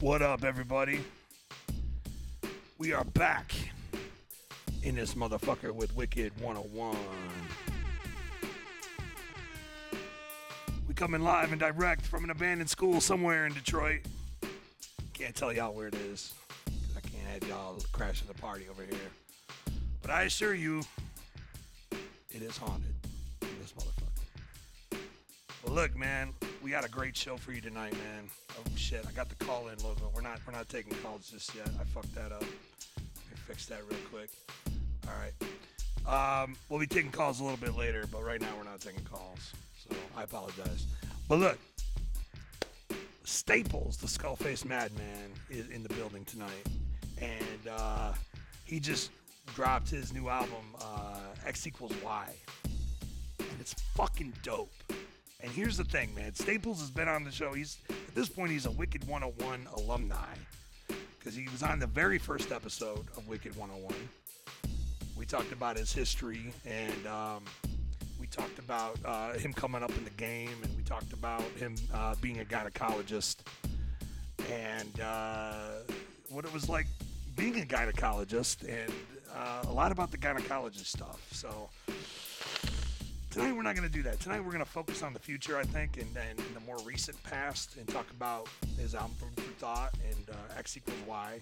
What up, everybody? We are back in this motherfucker with Wicked 101. We coming live and direct from an abandoned school somewhere in Detroit. Can't tell y'all where it is. 'cause I can't have y'all crashing the party over here. But I assure you, it is haunted in this motherfucker. Well, look, man, we got a great show for you tonight, man. Oh shit, I got the call-in logo. We're not we're not taking calls just yet. I fucked that up. Let me fix that real quick. All right. Um, we'll be taking calls a little bit later, but right now we're not taking calls. So I apologize. But look, Staples, the Skullface Madman, is in the building tonight, and uh, he just dropped his new album, uh, X equals Y and it's fucking dope. And here's the thing, man. Staples has been on the show. He's at this point he's a Wicked 101 alumni because he was on the very first episode of Wicked 101. We talked about his history and um, we talked about uh, him coming up in the game and we talked about him uh, being a gynecologist and uh, what it was like being a gynecologist and uh, a lot about the gynecologist stuff. So tonight we're not going to do that. Tonight we're going to focus on the future, I think, and, and the more recent past, and talk about his album Food for Thought and uh, X equals Y.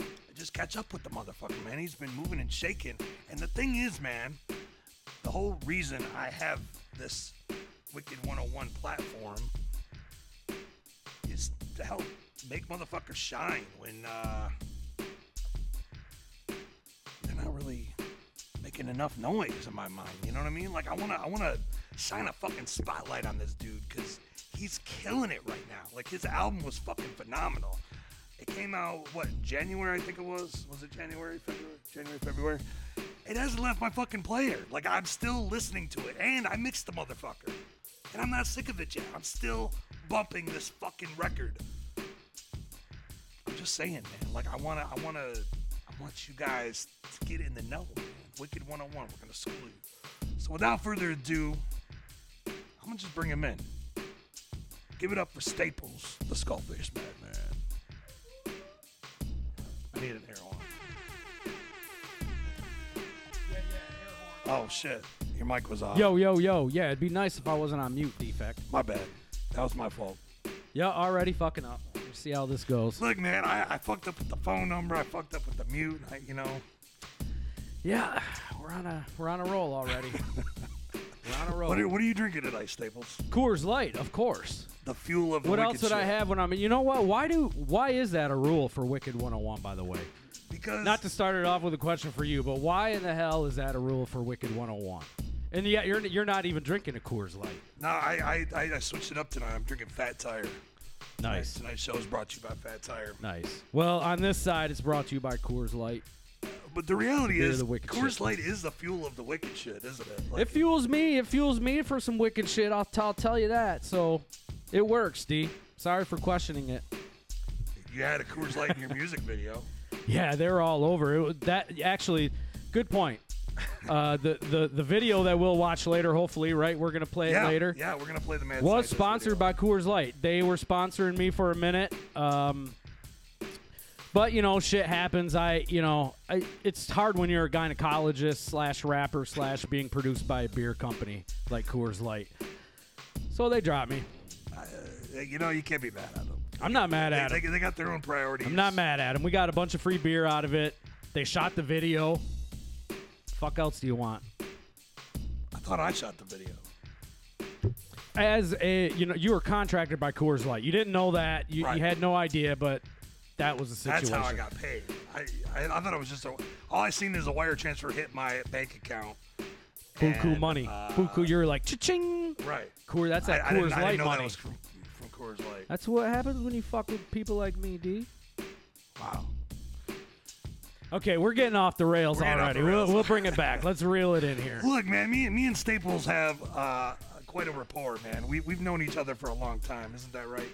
And Just catch up with the motherfucker, man. He's been moving and shaking. And the thing is, man, the whole reason I have this Wicked 101 platform is to help make motherfuckers shine when uh, they're not really making enough noise in my mind. You know what I mean? Like I wanna I wanna shine a fucking spotlight on this dude because he's killing it right now. Like his album was fucking phenomenal. It came out what January I think it was. Was it January, February, January, February? It hasn't left my fucking player. Like I'm still listening to it, and I mixed the motherfucker, and I'm not sick of it yet. I'm still bumping this fucking record. I'm just saying, man. Like I wanna, I wanna, I want you guys to get in the know, man. Wicked 101. We're gonna school you. So without further ado, I'm gonna just bring him in. Give it up for Staples, the Skullface Madman. I need an air horn. Oh shit, your mic was off. Yo, yo, yo. Yeah, it'd be nice if I wasn't on mute, defect. my bad. That was my fault. Yeah, already fucking up. We'll see how this goes. Look, man, I, I fucked up with the phone number. I fucked up with the mute. I, you know, Yeah, we're on a we're on a roll already. we're on a roll. what are, what are you drinking tonight, Staples? Coors Light, of course. The fuel of the What wicked else would I shit. have when I'm? You know what? Why do? Why is that a rule for Wicked 101? By the way, Because not to start it off with a question for you, but why in the hell is that a rule for Wicked 101? And yet you're you're not even drinking a Coors Light. no, I, I I I switched it up tonight. I'm drinking Fat Tire. Nice. Tonight's show is brought to you by Fat Tire. Nice. Well, on this side, it's brought to you by Coors Light. But the reality They're is, the wicked Coors shit. Light is the fuel of the wicked shit, isn't it? Like, It fuels me. It fuels me for some wicked shit. I'll, I'll tell you that. So it works, D. Sorry for questioning it. you had a Coors Light in your music video. Yeah, they were all over. It, was- that actually, good point. Uh, the, the the video that we'll watch later, hopefully, right? We're gonna play Yeah, it later. Yeah, we're gonna play the man. was sponsored by Coors Light. They were sponsoring me for a minute. Um, but you know, shit happens. I, you know, I, it's hard when you're a gynecologist slash rapper slash being produced by a beer company like Coors Light. So they dropped me. by. You know, you can't be mad at them. I'm not mad They, at them. they, they got their own priorities. I'm not mad at them. We got a bunch of free beer out of it. They shot the video. Fuck else do you want? I thought I shot the video. As a, you know, you were contracted by Coors Light. You didn't know that. You, Right. you had no idea, but that was the situation. That's how I got paid. I, I, I thought it was just a. All I seen is a wire transfer hit my bank account. Buku And, money. uh, Buku, you're like cha-ching. Right. Coor, that's that I, I didn't, Coors I Light didn't know money. that was from, from Coors Light. That's what happens when you fuck with people like me, D. Wow. Okay, we're getting off the rails We're getting off already. the rails. We'll, we'll bring it back. Let's reel it in here. Look, man, me, me and Staples have uh, quite a rapport, man. We, we've known each other for a long time. Isn't that right?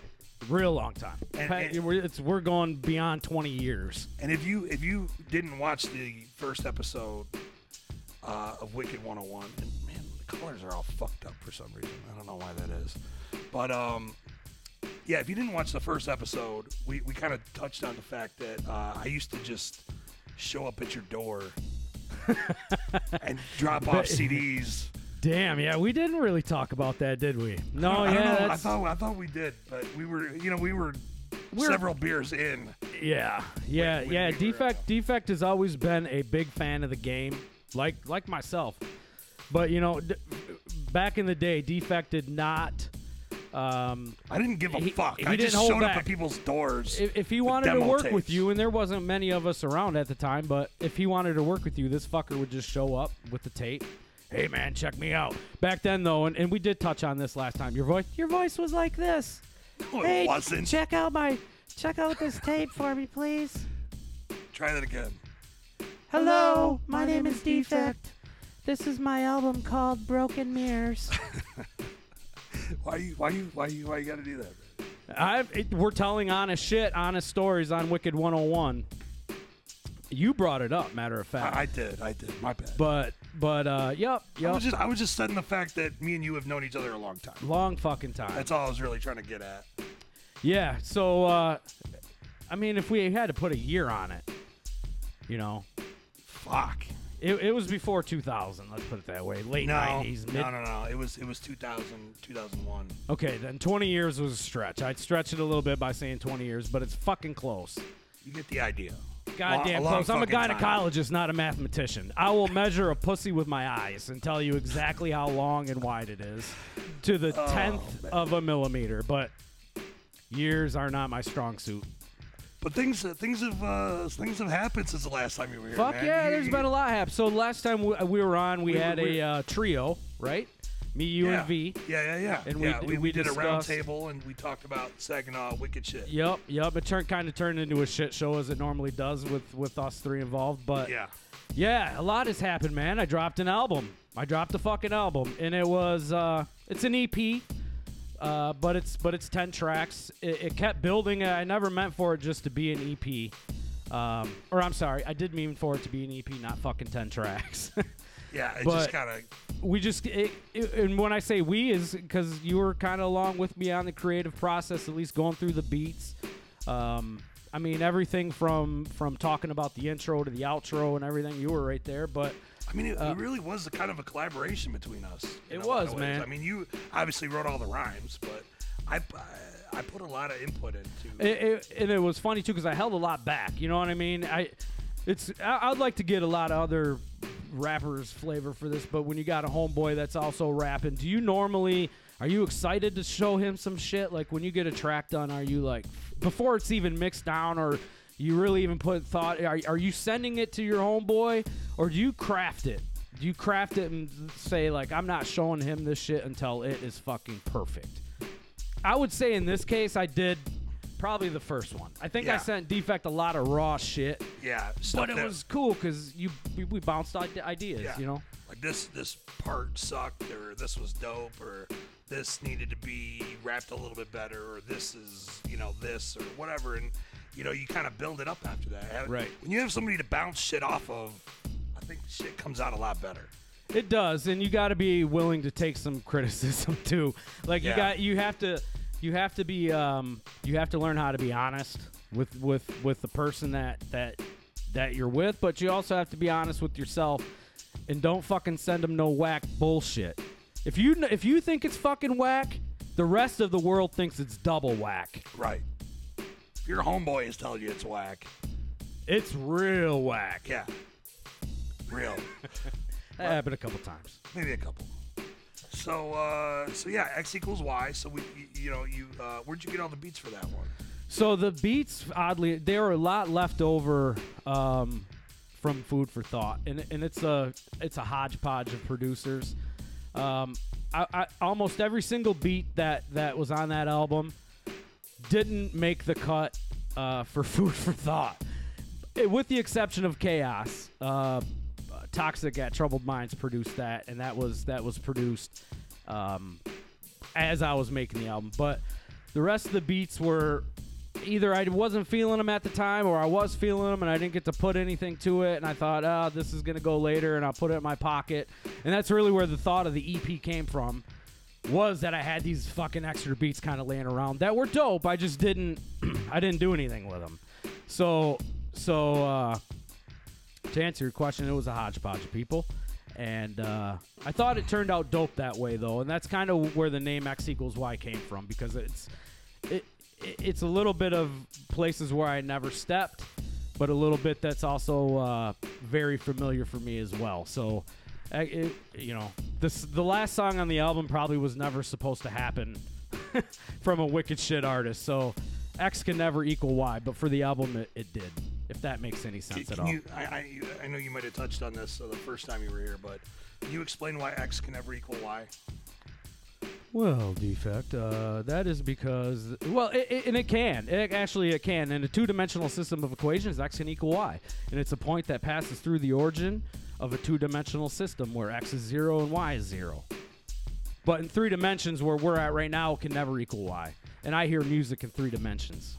Real long time. And- Pat, and- we're, it's, we're going beyond 20 years. And if you if you didn't watch the first episode uh, of Wicked 101, and man, the colors are all fucked up for some reason. I don't know why that is, but um, yeah, if you didn't watch the first episode, we, we kind of touched on the fact that uh, I used to just show up at your door and drop off CDs. Damn, yeah, we didn't really talk about that, did we? No, I Oh, yeah, don't know. I that's- thought I thought we did, but we were you know we were We're- several beers in. yeah, yeah, when yeah. we were, defect, uh, defect has always been a big fan of the game, like like myself. But you know, d- back in the day, defect did not. Um, I didn't give a He- fuck. he I didn't just hold showed up back. at people's doors. if, if he wanted to demo work with tapes. you, and there wasn't many of us around at the time, but if he wanted to work with you, this fucker would just show up with the tape. Hey man, check me out. Back then though, and, and we did touch on this last time. Your voice, your voice was like this. no, it Hey, wasn't. check out my, check out this tape for me, please. Try that again. Hello, my name is Defect. This is my album called Broken Mirrors. Why you why you why you why you gotta do that? I've, it, we're telling honest shit, honest stories on Wicked 101. You brought it up, matter of fact. I, I did. I did. My bad. but but uh, yep, I yep. was just I was just setting the fact that me and you have known each other a long time. Long fucking time. That's all I was really trying to get at. yeah. So uh, I mean, if we had to put a year on it, you know, Fuck. it, it was before 2000. Let's put it that way. Late No, 90s, mid no, no, no. It was it was 2000, 2001. Okay, then 20 years was a stretch. I'd stretch it a little bit by saying 20 years, but it's fucking close. You get the idea. Goddamn Lo- long close. I'm a fucking time. gynecologist, not a mathematician. I will measure a pussy with my eyes and tell you exactly how long and wide it is to the Oh, tenth of a millimeter, but years are not my strong suit. But things things have uh, things have happened since the last time you were here. Fuck man. yeah, You- there's you- been a lot happen. So last time we, uh, we were on, we, We- had we- a uh, trio, right? Me, you, yeah. and V. Yeah, yeah, yeah. And we yeah, d- we, we we did a round discussed- table and we talked about Saginaw wicked shit. Yep, yep. It turned kind of turned into a shit show as it normally does with with us three involved, but Yeah. Yeah, a lot has happened, man. I dropped an album. I dropped a fucking album, and it was uh, it's an EP, uh, but it's but it's ten tracks. It, it kept building. I never meant for it just to be an EP, um, or I'm sorry, I did mean for it to be an EP, not fucking ten tracks. Yeah, it But- just kind of we just it, it- and when I say we is because you were kind of along with me on the creative process, at least going through the beats. Um, I mean everything from from talking about the intro to the outro and everything. You were right there, but. I mean, it, it really was a kind of a collaboration between us. in Uh, It a lot of was, ways. man. I mean, you obviously wrote all the rhymes, but I I put a lot of input into. it, it, and it was funny too because I held a lot back. You know what I mean? I, it's I, I'd like to get a lot of other rappers flavor for this, but when you got a homeboy that's also rapping, do you normally are you excited to show him some shit? Like when you get a track done, are you like before it's even mixed down or you really even put thought? Are, are you sending it to your homeboy or do you craft it? Do you craft it and say like I'm not showing him this shit until it is fucking perfect? I would say in this case, I did probably the first one. I think I Yeah. sent Defect a lot of raw shit, yeah, stuff but it that- was cool because you we, we bounced ide- ideas, Yeah. you know. like this this part sucked or this was dope or this needed to be wrapped a little bit better or this is you know this or whatever and you know you kind of build it up after that Have- Right. when you have somebody to bounce shit off of i think shit comes out a lot better It does, and you got to be willing to take some criticism too. Like you Yeah. got you have to you have to be um, you have to learn how to be honest with with with the person that that that you're with, but you also have to be honest with yourself and don't fucking send them no whack bullshit. If you kn- if you think it's fucking whack, the rest of the world thinks it's double whack. right if your homeboy is telling you it's whack It's real whack. yeah real That happened a couple times. maybe a couple so uh so yeah x equals y so we you, you know you uh where'd you get all the beats for that one So the beats, oddly, there are a lot left over um, from Food for Thought, and, and it's a it's a hodgepodge of producers. Um, I, I, almost every single beat that that was on that album didn't make the cut uh, for Food for Thought, It- with the exception of Chaos. Uh, Toxic at Troubled Minds produced that, and that was that was produced um, as I was making the album. But the rest of the beats were either I wasn't feeling them at the time, or I was feeling them and I didn't get to put anything to it. And I thought, ah, this is gonna go later, and I'll put it in my pocket. And that's really where the thought of the EP came E from. was that I had these fucking extra beats kind of laying around that were dope. I just didn't I didn't do anything with them. So so uh, to answer your question, it was a hodgepodge of people. And uh, I thought it turned out dope that way though, and that's kind of where the name X equals Y came from because it's it, it it's a little bit of places where I never stepped, but a little bit that's also uh, very familiar for me as well. So I, it, you know, this the last song on the album probably was never supposed to happen from a wicked shit artist. So X can never equal Y, but for the album it, it did. If that makes any Can- sense can at all. you, I, I, you- I know you might have touched on this uh, the first time you were here, but can you explain why X can never equal Y? Well, defect. Uh, that is because well, it, it, and it can. It actually it can. In a two-dimensional system of equations, x can equal y, and it's a point that passes through the origin of a two-dimensional system where x is zero and y is zero. But in three dimensions, where we're at right now, it can never equal y. And I hear music in three dimensions.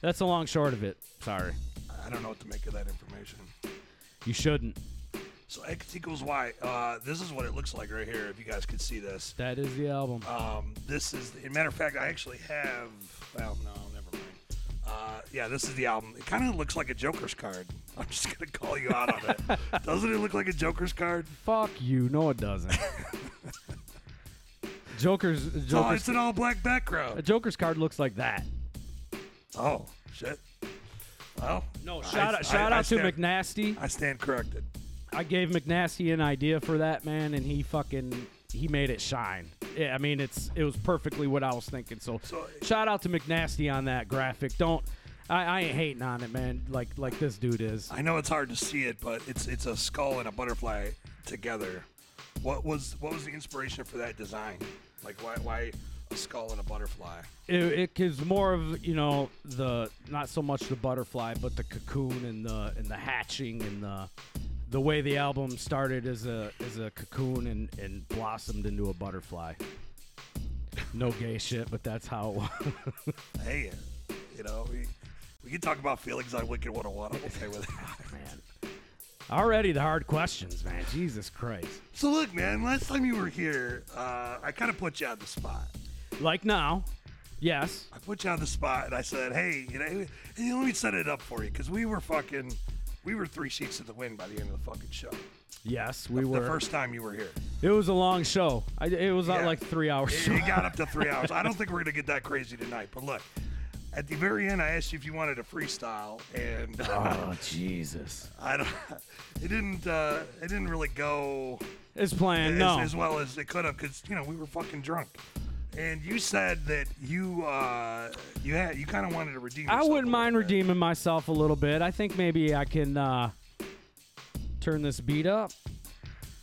That's the long short of it. Sorry, I don't know what to make of that information. you shouldn't. So X equals Y. Uh, this is what it looks like right here. If you guys could see this, That is the album. um, this is. The, matter of fact, I actually have. Well, no, never mind. Uh, yeah, this is the album. It kind of looks like a Joker's card. I'm just gonna call you out on it. Doesn't it look like a Joker's card? Fuck you. No, it doesn't. Joker's Oh, Joker's, it's an all-black a background. Joker's card looks like that. Oh shit. Well, No, I- shout I- out, shout I out to stand- McNasty. I stand corrected. I gave McNasty an idea for that man, and he fucking he made it shine. Yeah, I mean it's it was perfectly what I was thinking. So, So- shout out to McNasty on that graphic. Don't I, I ain't hating on it, man. Like like this dude is. I know it's hard to see it, but it's it's a skull and a butterfly together. What was what was the inspiration for that design? Like why why a skull and a butterfly? it, it gives more of you know the not so much the butterfly but the cocoon and the and the hatching and the the way the album started as a as a cocoon and and blossomed into a butterfly no gay shit but that's how it was Hey, you know we we can talk about feelings on Wicked 101. I'm okay with it. man already the hard questions man jesus christ So look, man, last time you were here, uh, I kind of put you on the spot. like now yes I put you on the spot, and I said, hey, you know, and, you know, let me set it up for you because we were fucking. We were three sheets to the wind by the end of the fucking show. yes we were The first time you were here. it was a long show I, it was not Yeah. like three hours It, it got up to three hours. I don't think we're gonna get that crazy tonight. But look, at the very end, I asked you if you wanted a freestyle, and uh, oh jesus I don't. It didn't. Uh, it didn't really go it's planned as, no as well as it could have because you know we were fucking drunk. And you said that you uh, you had you kind of wanted to redeem. I yourself a wouldn't little mind bit. redeeming myself a little bit. I think maybe I can uh, turn this beat up.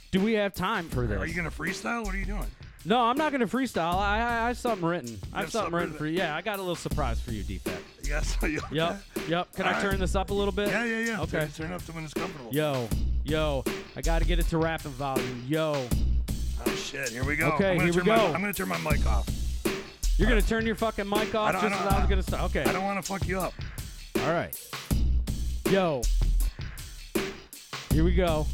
Do we have time for this? Are you gonna freestyle? What are you doing? no, I'm not going to freestyle. I, I, I have something written. I have have something something written for you. Yeah, I got a little surprise for you, Defect. Yes. Are you- Yep, yep. Can All I right. turn this up a little bit? Yeah, yeah, yeah. Okay. Turn, turn it up to when it's comfortable. Yo, yo. I got to get it to rapping volume. Yo. Oh shit. Here we go. Okay, I'm gonna here we turn my- go. I'm gonna turn my mic off. You're going to turn your fucking mic off don't- just I as don't- I was going to start. Okay. I don't want to fuck you up. All right. Yo. Here we go.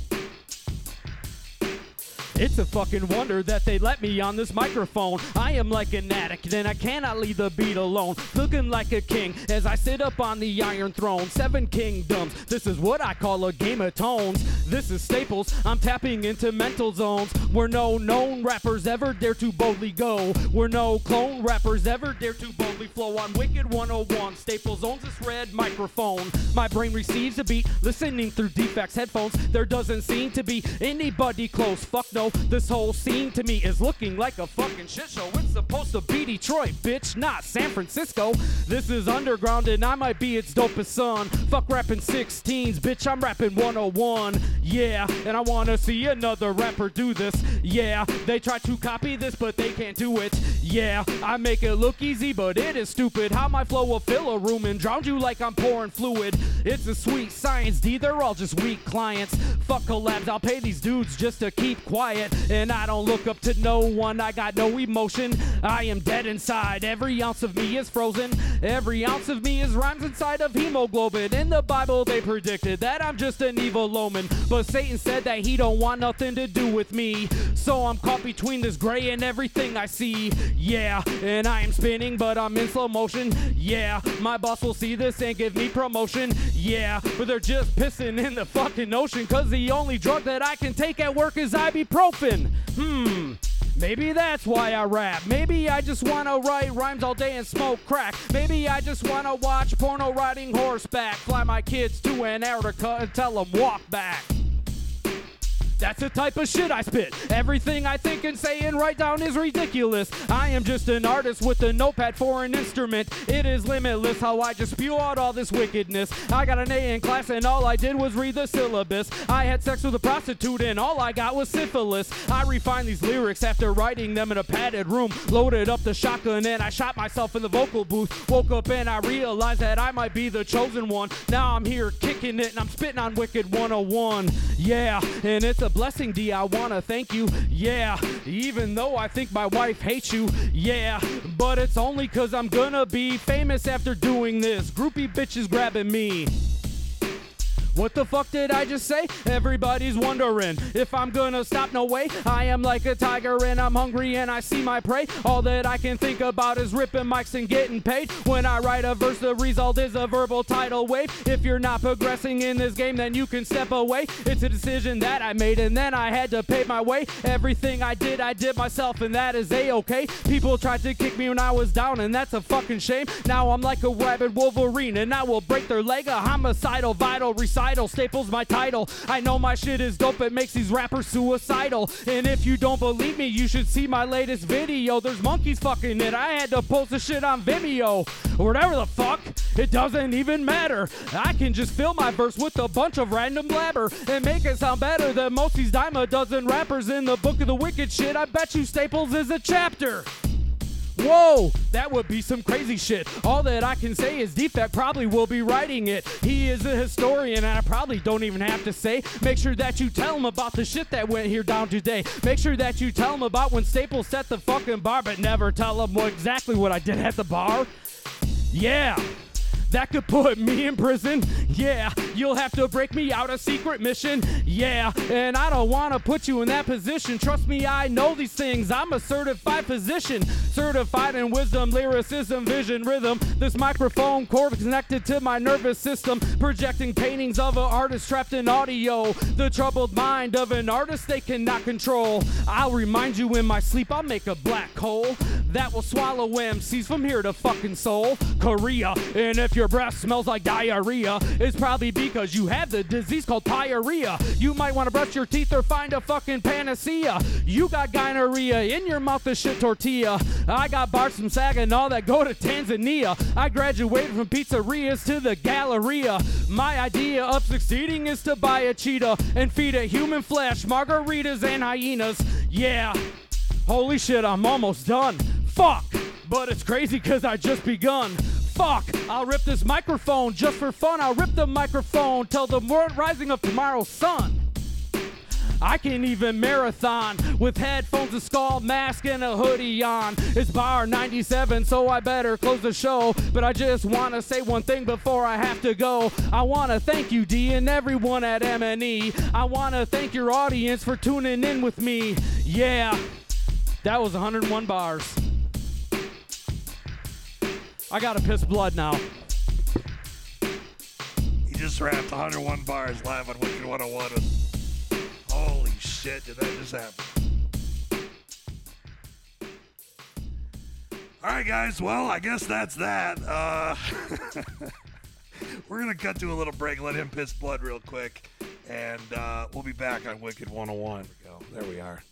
It's a fucking wonder that they let me on this microphone. I am like an addict and I cannot leave the beat alone. Looking like a king as I sit up on the iron throne. Seven kingdoms, this is what I call a game of tones. This is staples, I'm tapping into mental zones where no known rappers ever dare to boldly go. Where no clone rappers ever dare to boldly flow on Wicked 101. Staples owns this red microphone. My brain receives a beat, listening through defects headphones. There doesn't seem to be anybody close. Fuck no, this whole scene to me is looking like a fucking shit show. It's supposed to be Detroit, bitch, not San Francisco. This is underground and I might be its dopest son. Fuck rapping 16s, bitch, I'm rapping 101. Yeah, and I wanna see another rapper do this. Yeah, they try to copy this, but they can't do it. Yeah, I make it look easy, but it is stupid. How my flow will fill a room and drown you like I'm pouring fluid. It's a sweet science, D, they're all just weak clients. Fuck collabs, I'll pay these dudes just to keep quiet. quiet and I don't look up to no one. I got no emotion. I am dead inside. Every ounce of me is frozen. Every ounce of me is rhymes inside of hemoglobin. In the Bible, they predicted that I'm just an evil omen. But Satan said that he don't want nothing to do with me. So I'm caught between this gray and everything I see. Yeah, and I am spinning, but I'm in slow motion. Yeah, my boss will see this and give me promotion. Yeah, but they're just pissing in the fucking ocean. Cause the only drug that I can take at work is ibuprofen. Hmm. Maybe that's why I rap. Maybe I just wanna write rhymes all day and smoke crack. Maybe I just wanna watch porno riding horseback. Fly my kids to Antarctica and tell them walk back. That's the type of shit I spit. Everything I think and say and write down is ridiculous. I am just an artist with a notepad for an instrument. It is limitless how I just spew out all this wickedness. I got an A in class and all I did was read the syllabus. I had sex with a prostitute and all I got was syphilis. I refined these lyrics after writing them in a padded room. Loaded up the shotgun and I shot myself in the vocal booth. Woke up and I realized that I might be the chosen one. Now I'm here kicking it and I'm spitting on Wicked 101. Yeah, and it's a blessing, D. I wanna thank you. Yeah, even though I think my wife hates you. Yeah, but it's only cause I'm gonna be famous after doing this. Groupie bitches grabbing me. What the fuck did I just say? Everybody's wondering if I'm gonna stop. No way. I am like a tiger and I'm hungry and I see my prey. All that I can think about is ripping mics and getting paid. When I write a verse, the result is a verbal tidal wave. If you're not progressing in this game, then you can step away. It's a decision that I made and then I had to pave my way. Everything I did, I did myself and that is a okay. People tried to kick me when I was down and that's a fucking shame. Now I'm like a rabid wolverine and I will break their leg. A homicidal, vital, recital idol. Staples my title. I know my shit is dope. It makes these rappers suicidal. And if you don't believe me, you should see my latest video. There's monkeys fucking it. I had to post the shit on Vimeo or whatever the fuck. It doesn't even matter. I can just fill my verse with a bunch of random blabber and make it sound better than most these dime a dozen rappers in the book of the wicked shit. I bet you Staples is a chapter. Whoa, that would be some crazy shit. All that I can say is Defect probably will be writing it. He is a historian, and I probably don't even have to say. Make sure that you tell him about the shit that went here down today. Make sure that you tell him about when Staples set the fucking bar, but never tell him what, exactly what I did at the bar. Yeah. That could put me in prison. Yeah, you'll have to break me out a secret mission. Yeah, and I don't want to put you in that position. Trust me, I know these things. I'm a certified physician, certified in wisdom, lyricism, vision, rhythm. This microphone cord connected to my nervous system, projecting paintings of an artist trapped in audio. The troubled mind of an artist they cannot control. I'll remind you in my sleep, I'll make a black hole that will swallow MCs from here to fucking Seoul, Korea. And if your breath smells like diarrhea, it's probably because you have the disease called pyorrhea. You might want to brush your teeth or find a fucking panacea. You got gonorrhea in your mouth, a shit tortilla. I got bars from Saginaw that go to Tanzania. I graduated from pizzerias to the Galleria. My idea of succeeding is to buy a cheetah and feed it human flesh, margaritas, and hyenas. Yeah. Holy shit, I'm almost done. Fuck! But it's crazy because I just begun. Fuck! I'll rip this microphone just for fun. I'll rip the microphone till the mor- rising of tomorrow's sun. I can even marathon with headphones, a skull mask, and a hoodie on. It's bar 97, so I better close the show. But I just wanna say one thing before I have to go. I wanna thank you, D, and everyone at M&E. I wanna thank your audience for tuning in with me. Yeah, that was 101 bars. I gotta piss blood now. He just rapped 101 bars live on Wicked 101. with- Holy shit, did that just happen? All right, guys. Well, I guess that's that. Uh, we're gonna cut to a little break. Let him piss blood real quick, and uh, we'll be back on Wicked 101. There we are.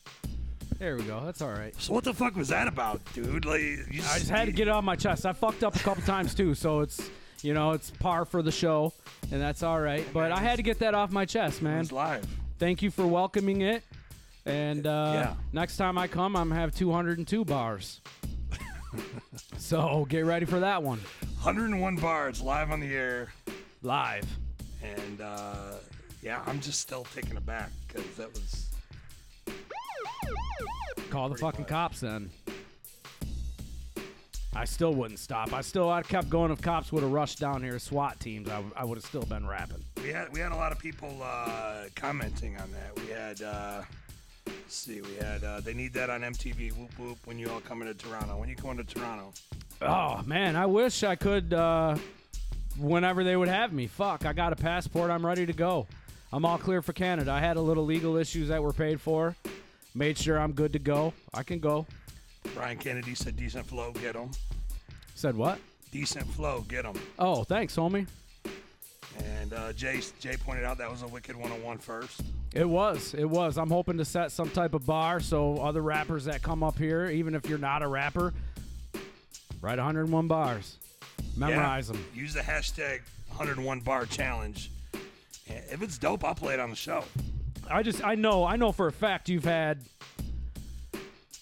There we go. That's all right. So what the fuck was that about, dude? Like, you I just had to get it off my chest. I fucked up a couple times too, so it's you know it's par for the show, and that's all right. But I had to get that off my chest, man. It's live. Thank you for welcoming it. And uh, Yeah. next time I come, I'm gonna have 202 bars. so get ready for that one 101 bars live on the air. live. And uh, yeah, I'm just still taken aback because that was Call the Pretty fucking much. cops then. I still wouldn't stop. I still, I'd kept going. If cops would have rushed down here, SWAT teams, I, I would have still been rapping. We had we had a lot of people uh, commenting on that. We had uh, let's see, we had uh, they need that on MTV. Whoop whoop. When you all coming to Toronto? When you going to Toronto? Oh man, I wish I could. Uh, whenever they would have me, fuck, I got a passport. I'm ready to go. I'm all clear for Canada. I had a little legal issues that were paid for. Made sure I'm good to go. I can go. Brian Kennedy said decent flow, get him. Said what? Decent flow, get him. Oh, thanks, homie. And uh, Jay Jay pointed out that was a wicked 101 first. It was. It was. I'm hoping to set some type of bar so other rappers that come up here, even if you're not a rapper, write 101 bars. Memorize them. Use the hashtag 101 bar challenge. And If it's dope, I'll play it on the show. I just I know I know for a fact you've had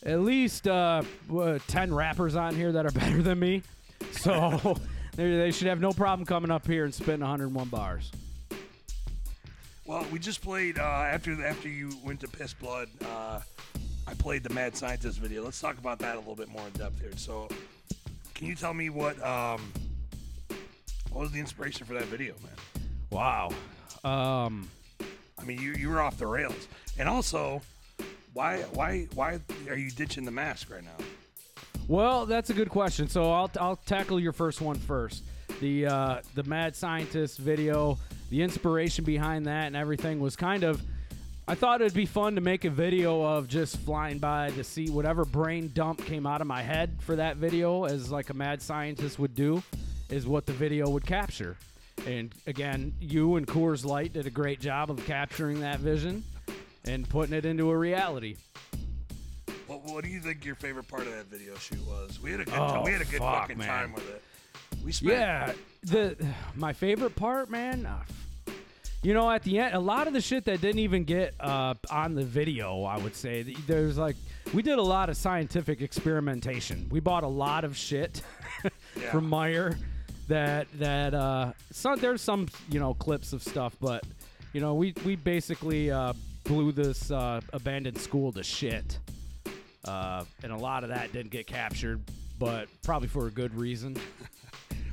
at least uh, uh, ten rappers on here that are better than me, so they, they should have no problem coming up here and spitting 101 bars. Well, we just played uh, after after you went to Piss Blood. Uh, I played the Mad Scientist video. Let's talk about that a little bit more in depth here. So, can you tell me what um, what was the inspiration for that video, man? Wow. Um, I mean, you you were off the rails, and also, why why why are you ditching the mask right now? well, that's a good question. So I'll I'll tackle your first one first. The uh, the mad scientist video, the inspiration behind that and everything was kind of. I thought it'd be fun to make a video of just flying by to see whatever brain dump came out of my head for that video, as like a mad scientist would do, is what the video would capture. And again, you and Coors Light did a great job of capturing that vision and putting it into a reality. What, what do you think your favorite part of that video shoot was? We had a good Oh, we had a good fuck, fucking man. time with it. We spent Yeah, the my favorite part, man. uh, f- You know, at the end, a lot of the shit that didn't even get uh, on the video, I would say th- there's like we did a lot of scientific experimentation. We bought a lot of shit Yeah. from Meyer that that uh, some there's some you know clips of stuff, but you know we we basically uh, blew this uh, abandoned school to shit. Uh, and a lot of that didn't get captured, but probably for a good reason.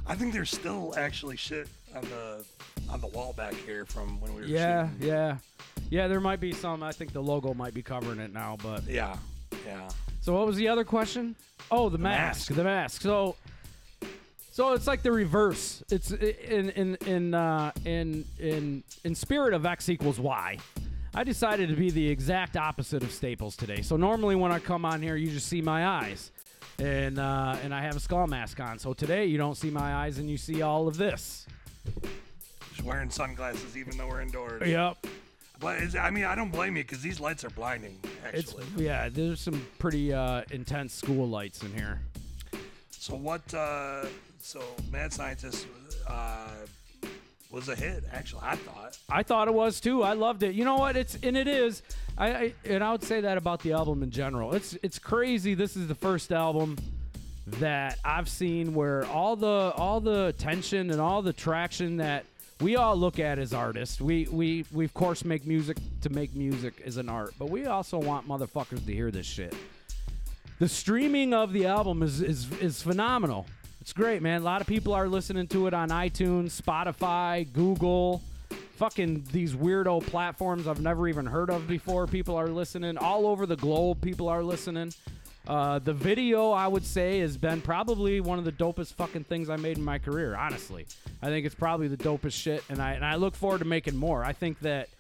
I think there's still actually shit on the on the wall back here from when we were Yeah, shooting. yeah. Yeah, there might be some. I think the logo might be covering it now, but Yeah. Yeah. so what was the other question? Oh, the, mask, mask. The mask. So so it's like the reverse. It's i- in in in uh, in in in spirit of X equals Y. I decided to be the exact opposite of Staples today. So normally when I come on here, you just see my eyes, and uh, and I have a skull mask on. So today you don't see my eyes, and you see all of this. Just wearing sunglasses even though we're indoors. Yep. But it's, I mean, I don't blame you because these lights are blinding, It's actually. yeah. There's some pretty uh, intense school lights in here. so, what, uh, so Mad Scientist uh, was a hit, actually, I thought. I thought it was too. I loved it. You know what? It's and it is. I, I and I would say that about the album in general. It's it's crazy. This is the first album that I've seen where all the all the attention and all the traction that we all look at as artists. We we we of course make music to make music as an art, but we also want motherfuckers to hear this shit. The streaming of the album is is is phenomenal. It's great, man. A lot of people are listening to it on iTunes, Spotify, Google, fucking these weirdo platforms I've never even heard of before. People are listening all over the globe. People are listening. Uh, the video, I would say, has been probably one of the dopest fucking things I made in my career. Honestly, I think it's probably the dopest shit, and I and I look forward to making more. I think that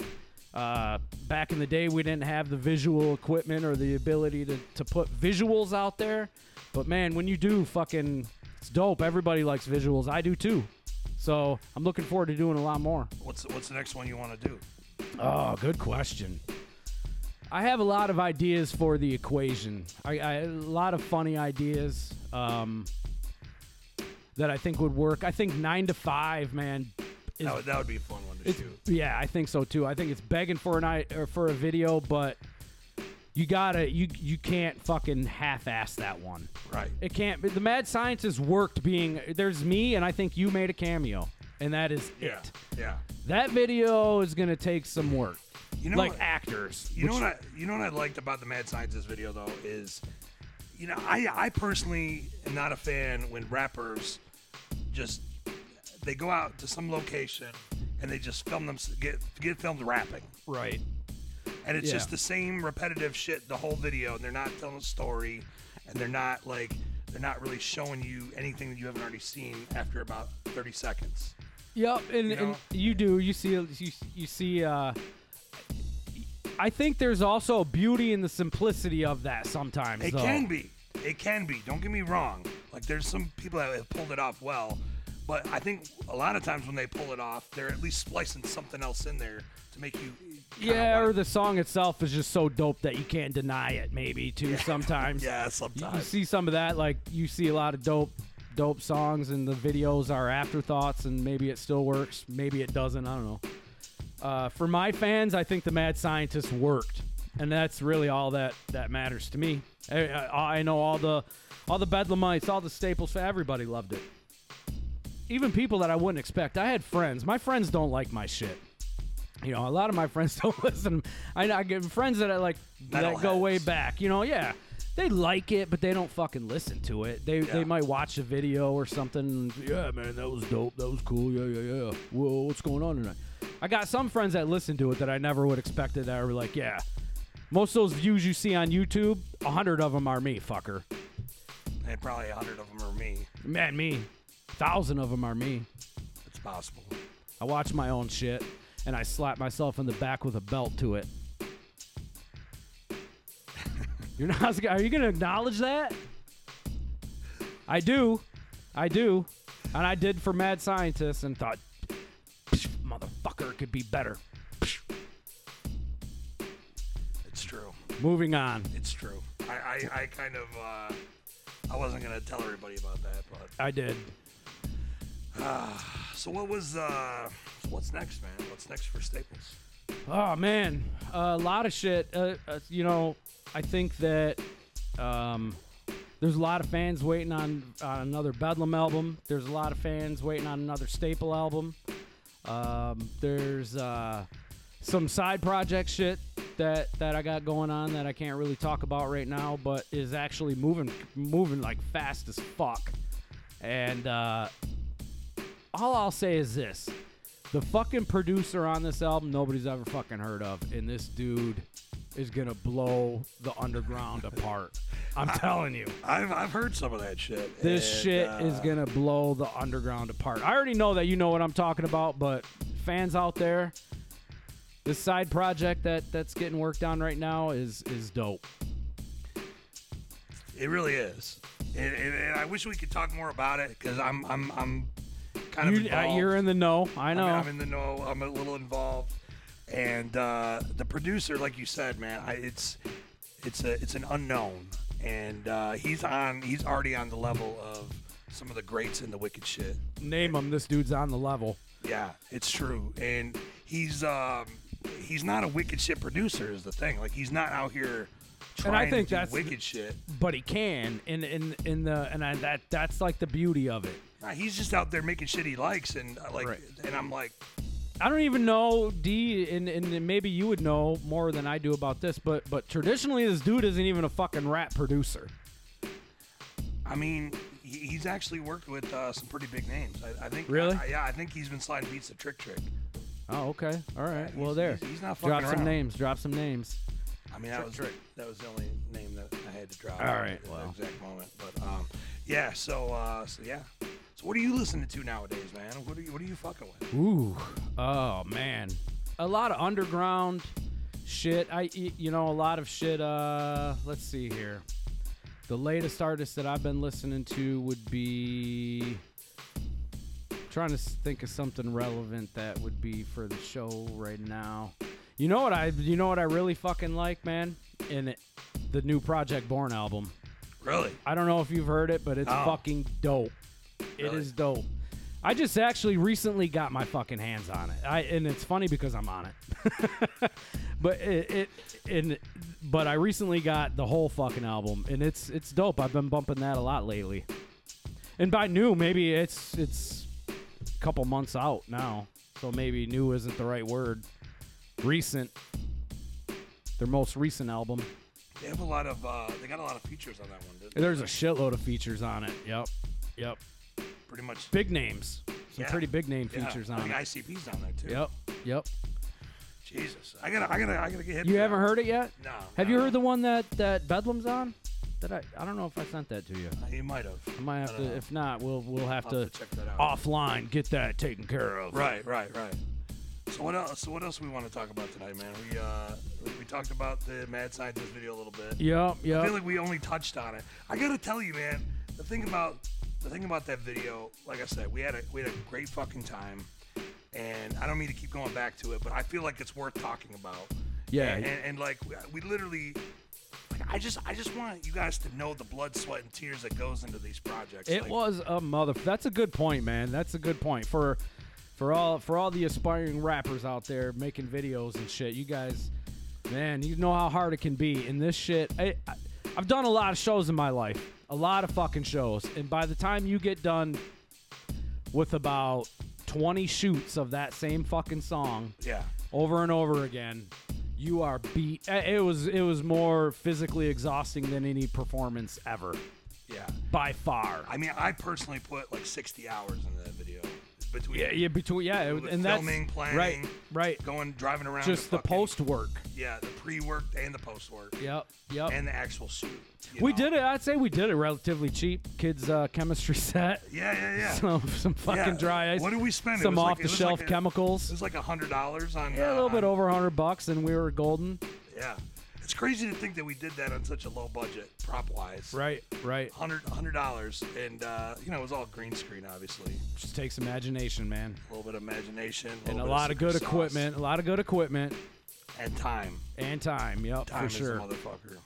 uh, back in the day, we didn't have the visual equipment or the ability to, to put visuals out there. But man, when you do, fucking, it's dope. Everybody likes visuals. I do too. So I'm looking forward to doing a lot more. What's, what's the next one you want to do? Oh, good question. I have a lot of ideas for the equation. I, I a lot of funny ideas um, that I think would work. I think nine to five, man, is That would, that would be a fun one to it's- shoot. Yeah, I think so too. I think it's begging for an i or for a video, but you gotta you you can't fucking half-ass that one. Right. It can't. The mad scientist worked being there's me and I think you made a cameo. and that is Yeah. it. Yeah. That video is gonna take some work, You know like what? actors. You know which- what I you know what I liked about the mad scientist video though is you know I I personally am not a fan when rappers just they go out to some location and they just film them get get filmed rapping right? and it's Yeah. just the same repetitive shit the whole video and they're not telling a story and they're not like they're not really showing you anything that you haven't already seen after about 30 seconds. Yep, and you, You and know? you do. You see, you, you see. Uh, I think there's also beauty in the simplicity of that sometimes. It though. can be. It can be. Don't get me wrong. Like there's some people that have pulled it off well, but I think a lot of times when they pull it off, they're at least splicing something else in there to make you. kinda Yeah, wanna- or the song itself is just so dope that you can't deny it. Maybe too sometimes. yeah, You- You, sometimes. see some of that, like you see a lot of dope, dope songs, and the videos are afterthoughts, and maybe it still works, maybe it doesn't. I don't know. Uh, for my fans, I think the Mad Scientist worked, and that's really all that that matters to me. I, I, I know all the all the Bedlamites, all the Staples, everybody loved it. Even people that I wouldn't expect. I had friends. My friends don't like my shit. You know, a lot of my friends don't listen. I, I get friends that I like that go way Metalheads. back. You know, yeah, they like it, but they don't fucking listen to it. They Yeah. they might watch a video or something. and, Yeah, man, that was dope. That was cool. Yeah, yeah, yeah. Whoa, what's going on tonight? I got some friends that listen to it that I never would expected. That were like, yeah. Most of those views you see on YouTube, a hundred of them are me, fucker. and probably a hundred of them are me. Man, me. Thousand of them are me. It's possible. I watch my own shit and I slap myself in the back with a belt to it. You're not. Are you gonna acknowledge that? I do, I do, and I did for Mad Scientist and thought, "Psh, motherfucker, it could be better. It's true. Moving on. It's true. I I, I kind of uh, I wasn't gonna tell everybody about that, but I did. so what was uh what's next, man? What's next for Staples? Oh man, a lot of shit. Uh, uh, you know, I think that um, there's a lot of fans waiting on, on another Bedlam album. There's a lot of fans waiting on another Staple album. Um, there's uh, some side project shit that that I got going on that I can't really talk about right now, but is actually moving moving like fast as fuck. And uh, all I'll say is this: the fucking producer on this album nobody's ever fucking heard of, and this dude is gonna blow the underground apart. I'm telling you. I've I've heard some of that shit. This and, shit uh, is gonna blow the underground apart. I already know that you know what I'm talking about, but fans out there, this side project that that's getting worked on right now is is dope. It really is, and, and, and I wish we could talk more about it because I'm I'm I'm kind of You, uh, involved. you're in the know. I I'm, know. I'm in the know. I'm a little involved, and uh, the producer, like you said, man, I, it's it's a it's an unknown, and uh, he's on he's already on the level of some of the greats in the wicked shit. Name him. This dude's on the level. Yeah, it's true, and he's um he's not a wicked shit producer is the thing. Like he's not out here. And Trying I think to do that's- wicked shit. but he can in in in the and I, that that's like the beauty of it Nah, he's just out there making shit he likes, and uh, like, Right. and I'm like, i don't even know d and, and maybe you would know more than i do about this but but traditionally this dude isn't even a fucking rap producer I mean, he- he's actually worked with uh, some pretty big names. I, I think. Really? I- yeah, I think he's been sliding beats to Trick Trick. oh okay all right well he's- there he's- he's not drop fucking some around. names drop some names I mean, that was Trick. that was the only name that I had to drop. All right, At well. the exact moment, but um, yeah. So, uh, so yeah. So, what are you listening to nowadays, man? What are you What are you fucking with? Ooh, oh man, a lot of underground shit. I, you know, a lot of shit. Uh, let's see here. The latest artist that I've been listening to would be trying to s- think of something relevant that would be for the show right now. You know what I? You know what I really fucking like, man. In it, the new Project Born album. Really? I don't know if you've heard it, but it's No. fucking dope. It Really? is dope. I just actually recently got my fucking hands on it. I and it's funny because I'm on it. but it, it and but I recently got the whole fucking album and it's it's dope. I've been bumping that a lot lately. And by new, maybe it's it's couple months out now, so maybe new isn't the right word. Recent, their most recent album. They have a lot of. Uh, they got a lot of features on that one. didn't they? There's a shitload of features on it. Yep, yep. pretty much Big names, some Yeah. pretty big name yeah, features I on mean, it. ICP's on there too. Yep, yep. Jesus, I gotta, I gotta, I gotta get hit. You haven't heard it yet? No. Have no. you heard the one that that Bedlam's on? That I I don't know if I sent that to you. You might have. I might have I to. don't know. If not, we'll we'll have I'll to have to check that out. offline get that taken care of. Right, right, right. So what else? So what else we want to talk about tonight, man? We uh, we talked about the mad scientist video a little bit. Yep, I yep. feel like we only touched on it. I gotta tell you, man, the thing about the thing about that video, like I said, we had a we had a great fucking time, and I don't mean to keep going back to it, but I feel like it's worth talking about. Yeah. and, and, and, like we literally. like, I just, I just want you guys to know the blood, sweat, and tears that goes into these projects. It Like, was a mother. That's a good point, man. That's a good point for for all for all the aspiring rappers out there making videos and shit. You guys, man, you know how hard it can be. And this shit, I, I, I've done a lot of shows in my life, a lot of fucking shows. And by the time you get done with about 20 shoots of that same fucking song, yeah, over and over again. You are beat. eh, It was it was more physically exhausting than any performance ever, yeah. by far. I mean, I personally put like 60 hours into that video between Yeah, yeah, between yeah, it, With and that's filming, planning, right, right. going driving around. Just to the fucking- post work. Yeah, the pre-work and the post-work Yep, yep. and the actual shoot. you we know? did it. I'd say we did it relatively cheap. Kids' uh, chemistry set. Yeah, yeah, yeah. Some some fucking Yeah. dry ice. What did we spend? It Some was like- off it the was like shelf a- chemicals. It was like a hundred dollars on. yeah, a little uh, bit on- over hundred bucks, and we were golden. Yeah, it's crazy to think that we did that on such a low budget, prop-wise. Right, right. Hundred hundred dollars, and uh, you know it was all green screen, obviously. Just takes imagination, man, A little bit of imagination and a little bit lot of secret good sauce, equipment, a lot of good equipment, and time. and time. Yep, Time for is sure. a motherfucker.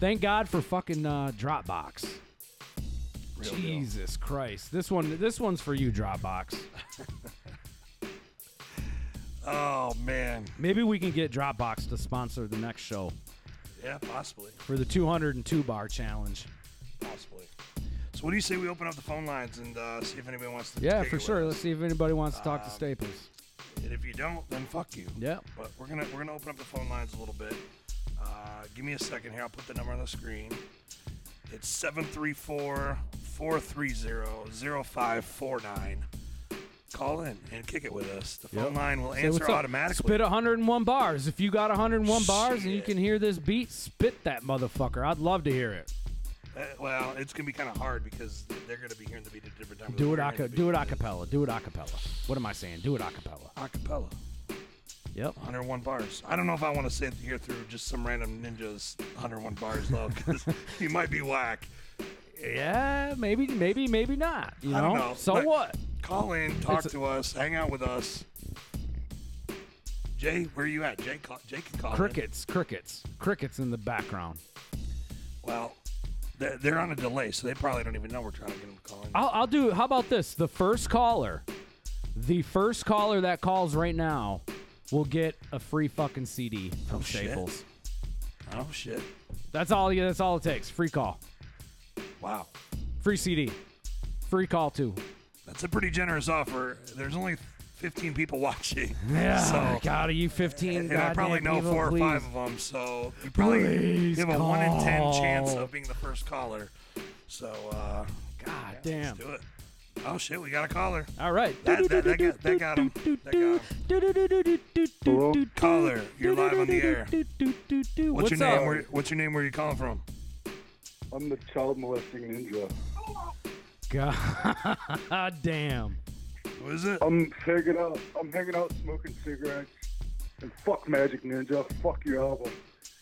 Thank God for fucking uh, Dropbox. Real deal. Jesus Christ, this one, this one's for you, Dropbox. Oh man. Maybe we can get Dropbox to sponsor the next show Yeah, possibly. for the 202 bar challenge. Possibly. So what do you say we open up the phone lines and uh, see if anybody wants to? Yeah, take it for with sure. us? Let's see if anybody wants to talk to Um, Staples. And if you don't, then fuck you. Yeah. But we're gonna we're gonna open up the phone lines a little bit. Uh, give me a second here. I'll put the number on the screen. It's 734-430-0549. Call in and kick it with us. The phone Yep. line will Say what's answer up. automatically. Spit 101 bars. If you got 101 bars and you Shit. can hear this beat, spit that motherfucker. I'd love to hear it. Uh, well, it's gonna be kind of hard because they're gonna be hearing the beat at different times. Do it, They're a, hearing ca- the do it beat a cappella. Do it a cappella. What am I saying? Do it a cappella. acapella. Yep. 101 bars. I don't know if I want to sit here through just some random ninjas 101 bars though, because you might be whack. Yeah, maybe, maybe, maybe not. You know? I don't know. So Look, what? Call in, talk It's a- to us, hang out with us. Jay, where you at? Jay, call, Jay can call. in. Crickets, crickets, crickets in the background. Well, they're, they're on a delay, so they probably don't even know we're trying to get them to call in. I'll, I'll do. How about this? The first caller, the first caller that calls right now, will get a free fucking CD from Oh, shit. Staples. Oh shit! That's all. That's all it takes. Free call, Wow, free CD, free call too. that's a pretty generous offer. There's only 15 people watching. Yeah. So, God, are you fifteen? and I probably know goddamn people, four or please. five of them, so you probably Please you have a one in ten chance call. of being the first caller. So, uh, God let's damn. do it. Oh shit, we got a caller. All right. That- that- that got- that got 'em. That got Hello? Caller, you're live on the air. What's, What's your name? up? Where, what's your name? Where you calling from? I'm the child molesting ninja. God damn. Who is Oh. it? I'm hanging out. I'm hanging out smoking cigarettes. And fuck Magic Ninja. Fuck your album.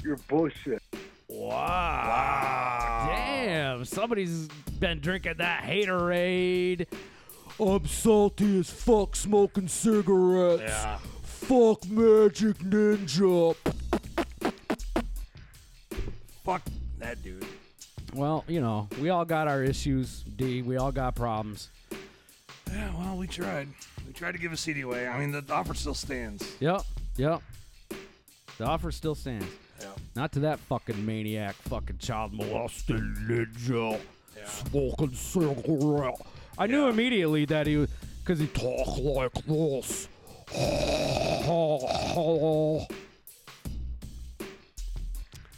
You're bullshit. Wow. Damn, somebody's been drinking that haterade. I'm salty as fuck smoking cigarettes. Yeah. Fuck Magic Ninja. Fuck that dude. Well, you know, we all got our issues, D. We all got problems. Yeah, well, we tried. We tried to give a CD away. I mean, the offer still stands. Yep, yep. The offer still stands. Yeah. Not to that fucking maniac, fucking child molesting ninja, Yeah. smoking cigarette. I knew Yeah. immediately that he was, because he talk like this.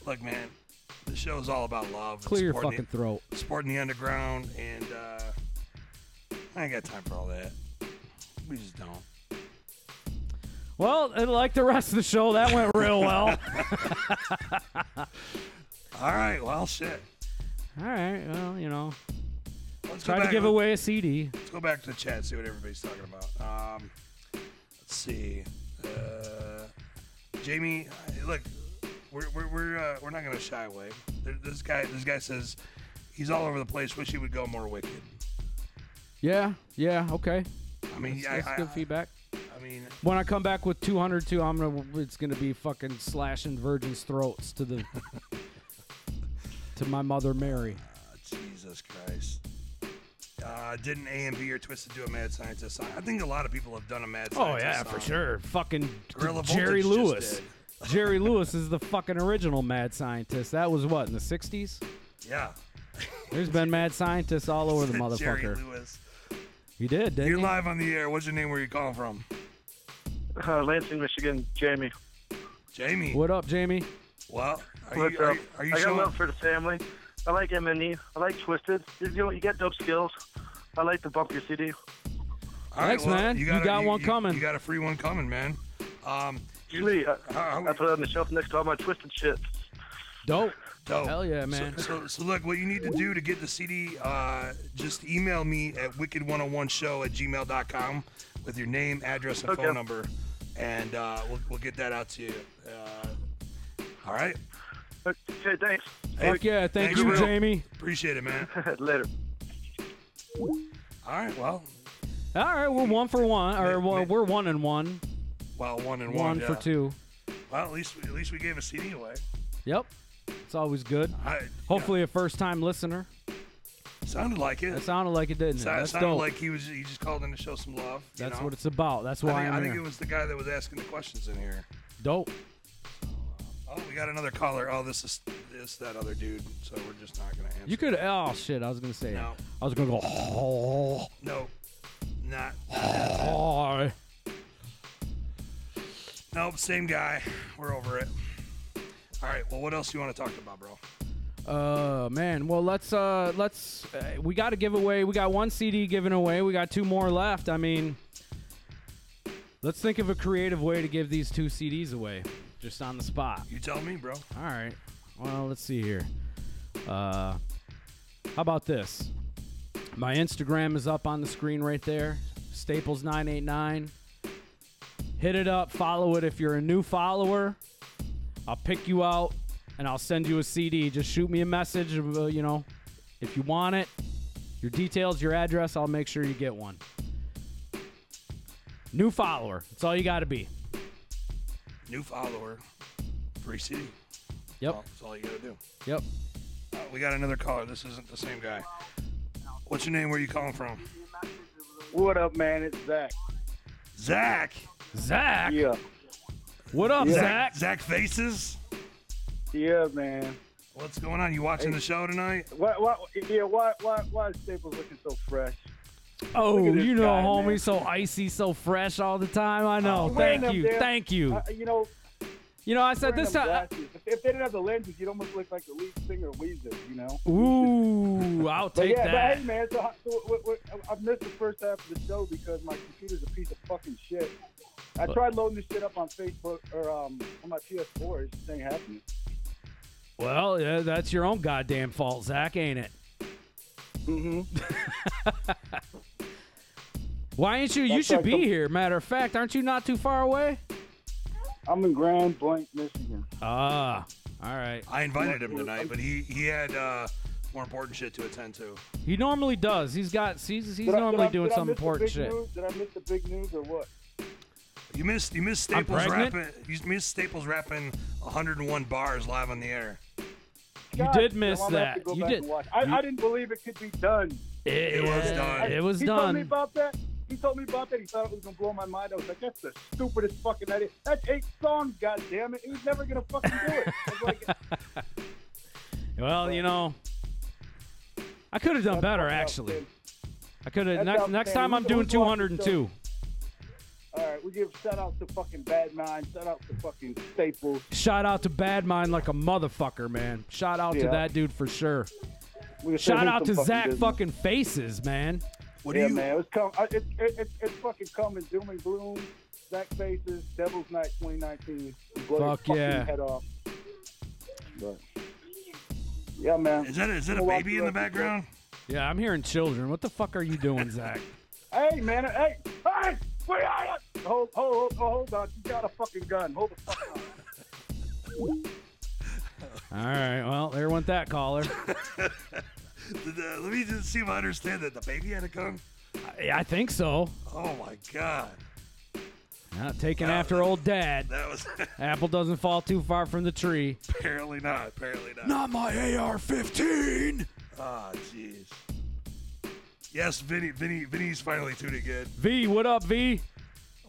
Look, man, the show's all about love. and Clear your supporting fucking throat. the, supporting the underground, and uh, I ain't got time for all that. We just don't. Well, and like the rest of the show, that went real well. All right, well, shit. All right, well, you know, Let's go try to back- give away a CD. Let's go back to the chat. and See what everybody's talking about. Um, let's see. Uh, Jamie, I- look, we're we're we're, uh, we're not gonna shy away. There, this guy, this guy says he's all over the place. Wish he would go more wicked. Yeah, yeah, okay. I mean, That's, I, that's I, good feedback. I mean, When I come back with 200 too, I'm gonna. It's gonna be fucking slashing virgins' throats to the to my mother Mary. uh, Jesus Christ. Uh, didn't A and B or Twisted do a Mad Scientist song? I think a lot of people have done a Mad Oh Scientist. yeah, for song. sure. Fucking Gorilla Jerry Voltage just Lewis. did. Jerry Lewis is the fucking original mad scientist. That was what in the '60s. Yeah. There's been mad scientists all over the Jerry motherfucker. Lewis. He did, didn't You're he? live on the air. What's your name? Where you calling from? Uh, Lansing, Michigan, Jamie. Jamie. What up, Jamie? Well, are What's you, up? are you, are you I got showing? love for the family. I like M and E. I like Twisted. You know, you got dope skills. I like to bump your CD. All Thanks, man. You got one coming. You got a free one coming, man. Um, Usually, I, how- I put it on the shelf next to all my Twisted shit. Dope. dope. Hell yeah, man. So, so, so look, what you need to do to get the CD, uh, just email me at wicked101show at gmail.com with your name, address, and Okay. phone number, and uh, we'll, we'll get that out to you. Uh, all right. Okay, thanks. Hey, Fuck yeah! Thank thanks, you, Will. Jamie. Appreciate it, man. Later. All right. Well, All right, we're one for one, or Ma- ma- we're we're one and one, well, one and one one. for yeah. two. Well, at least at least we gave a CD away. Yep, it's always good. I, yeah, Hopefully, a first-time listener. sounded like it. That sounded like it didn't. it? Sound- That's sounded dope. like he was he just called in to show some love. you That's know? what it's about. That's I why think, I I'm think here. it was the guy that was asking the questions in here. Dope. Oh, we got another caller. Oh, this is this that other dude. So we're just not gonna answer. You could. Oh shit! I was gonna say. No. I was gonna go. Oh, no, not oh. nope. Same guy. We're over it. All right. Well, what else do you want to talk about, bro? Uh man, well let's uh let's uh, we got to give away. We got one CD given away. We got two more left. I mean, let's think of a creative way to give these two CDs away, just on the spot. You tell me, bro. All right. Well, let's see here. Uh, how about this? My Instagram is up on the screen right there. Staples989. Hit it up. Follow it if you're a new follower. I'll pick you out and I'll send you a CD. Just shoot me a message. uh, You know, if you want it, your details, your address. I'll make sure you get one. New follower. That's all you got to be. New follower, free CD. Yep. Well, that's all you gotta do. Yep. Uh, we got another caller. This isn't the same guy. What's your name? Where you calling from? What up, man? It's Zach. Zach. Zach. Yeah, What up, Zach? Zach. Zach faces. yeah, man. What's going on? You watching the show tonight? Why, why, yeah, why, why, why is Staples looking so fresh? Oh, Look at this you know, guy, homie, man. so icy, so fresh all the time. I know. Oh, thank man, up you, there. thank you. I, you know, you know, I said wearing this uh, them time. glasses. If- If they didn't have the lenses, you'd almost look like the lead singer of Weezer, you know? Ooh, I'll But take yeah, that. but hey, man, so, so what, what, I've missed the first half of the show because my computer's a piece of fucking shit. I But- tried loading this shit up on Facebook or um, on my PS4. It just ain't happening. well, yeah, that's your own goddamn fault, Zach, ain't it? Mm-hmm. Why ain't you? You That's should like be the- here. Matter of fact, aren't you not too far away? I'm in Grand Blanc, Michigan. Ah, all right. I invited him tonight, but he he had uh, more important shit to attend to. He normally does. He's got. He's, he's Did I- did normally I- doing did I some miss the important big shit. News? Did I miss the big news or what? You missed you missed I'm Staples pregnant? rapping. You missed Staples rapping 101 bars live on the air. You God, did damn, miss I'm gonna have that. to go You back did. and watch. I, I didn't believe it could be done. It was done. It was he told done. me about that. He told me about that. He thought it was gonna blow my mind. I was like, "That's the stupidest fucking idea." That's eight songs, goddamn it. He was never gonna fucking do it. I was like, Well, you know, I could have done That's better fucked up, actually. dude. I could have That's next, next time outstanding. I'm Who's- doing who's watching 202. All right, we give shout out to fucking Bad Nine, shout out to fucking Staples. Shout out to Bad Mind like a motherfucker, man. Shout out to Yeah. that dude for sure. We gotta Shout do out some to Zach business. fucking Faces, man. What yeah, do you? man, it's come. I- It's it, it's it's fucking coming. Doom and gloom. Zach faces. Devil's Night 2019. Blow your Fuck fucking yeah. Head off. But, yeah, man. Is that is that a We'll walk baby in you the up to the- background? Yeah, I'm hearing children. What the fuck are you doing, Zach? Hey, man. Hey, hey. Where are you? Hold, hold, hold, hold on. You got a fucking gun. Hold the fuck on. All right, well, there went that caller. Did the- let me just see if I understand that the baby had a gun. I, I think so. Oh my god, Not taking after old dad. that was Apple doesn't fall too far from the tree. apparently not. Apparently not. Not my AR-15. Ah, jeez. Yes, Vinny, Vinny, Vinny's finally tuning in. V, what up, Uh, V?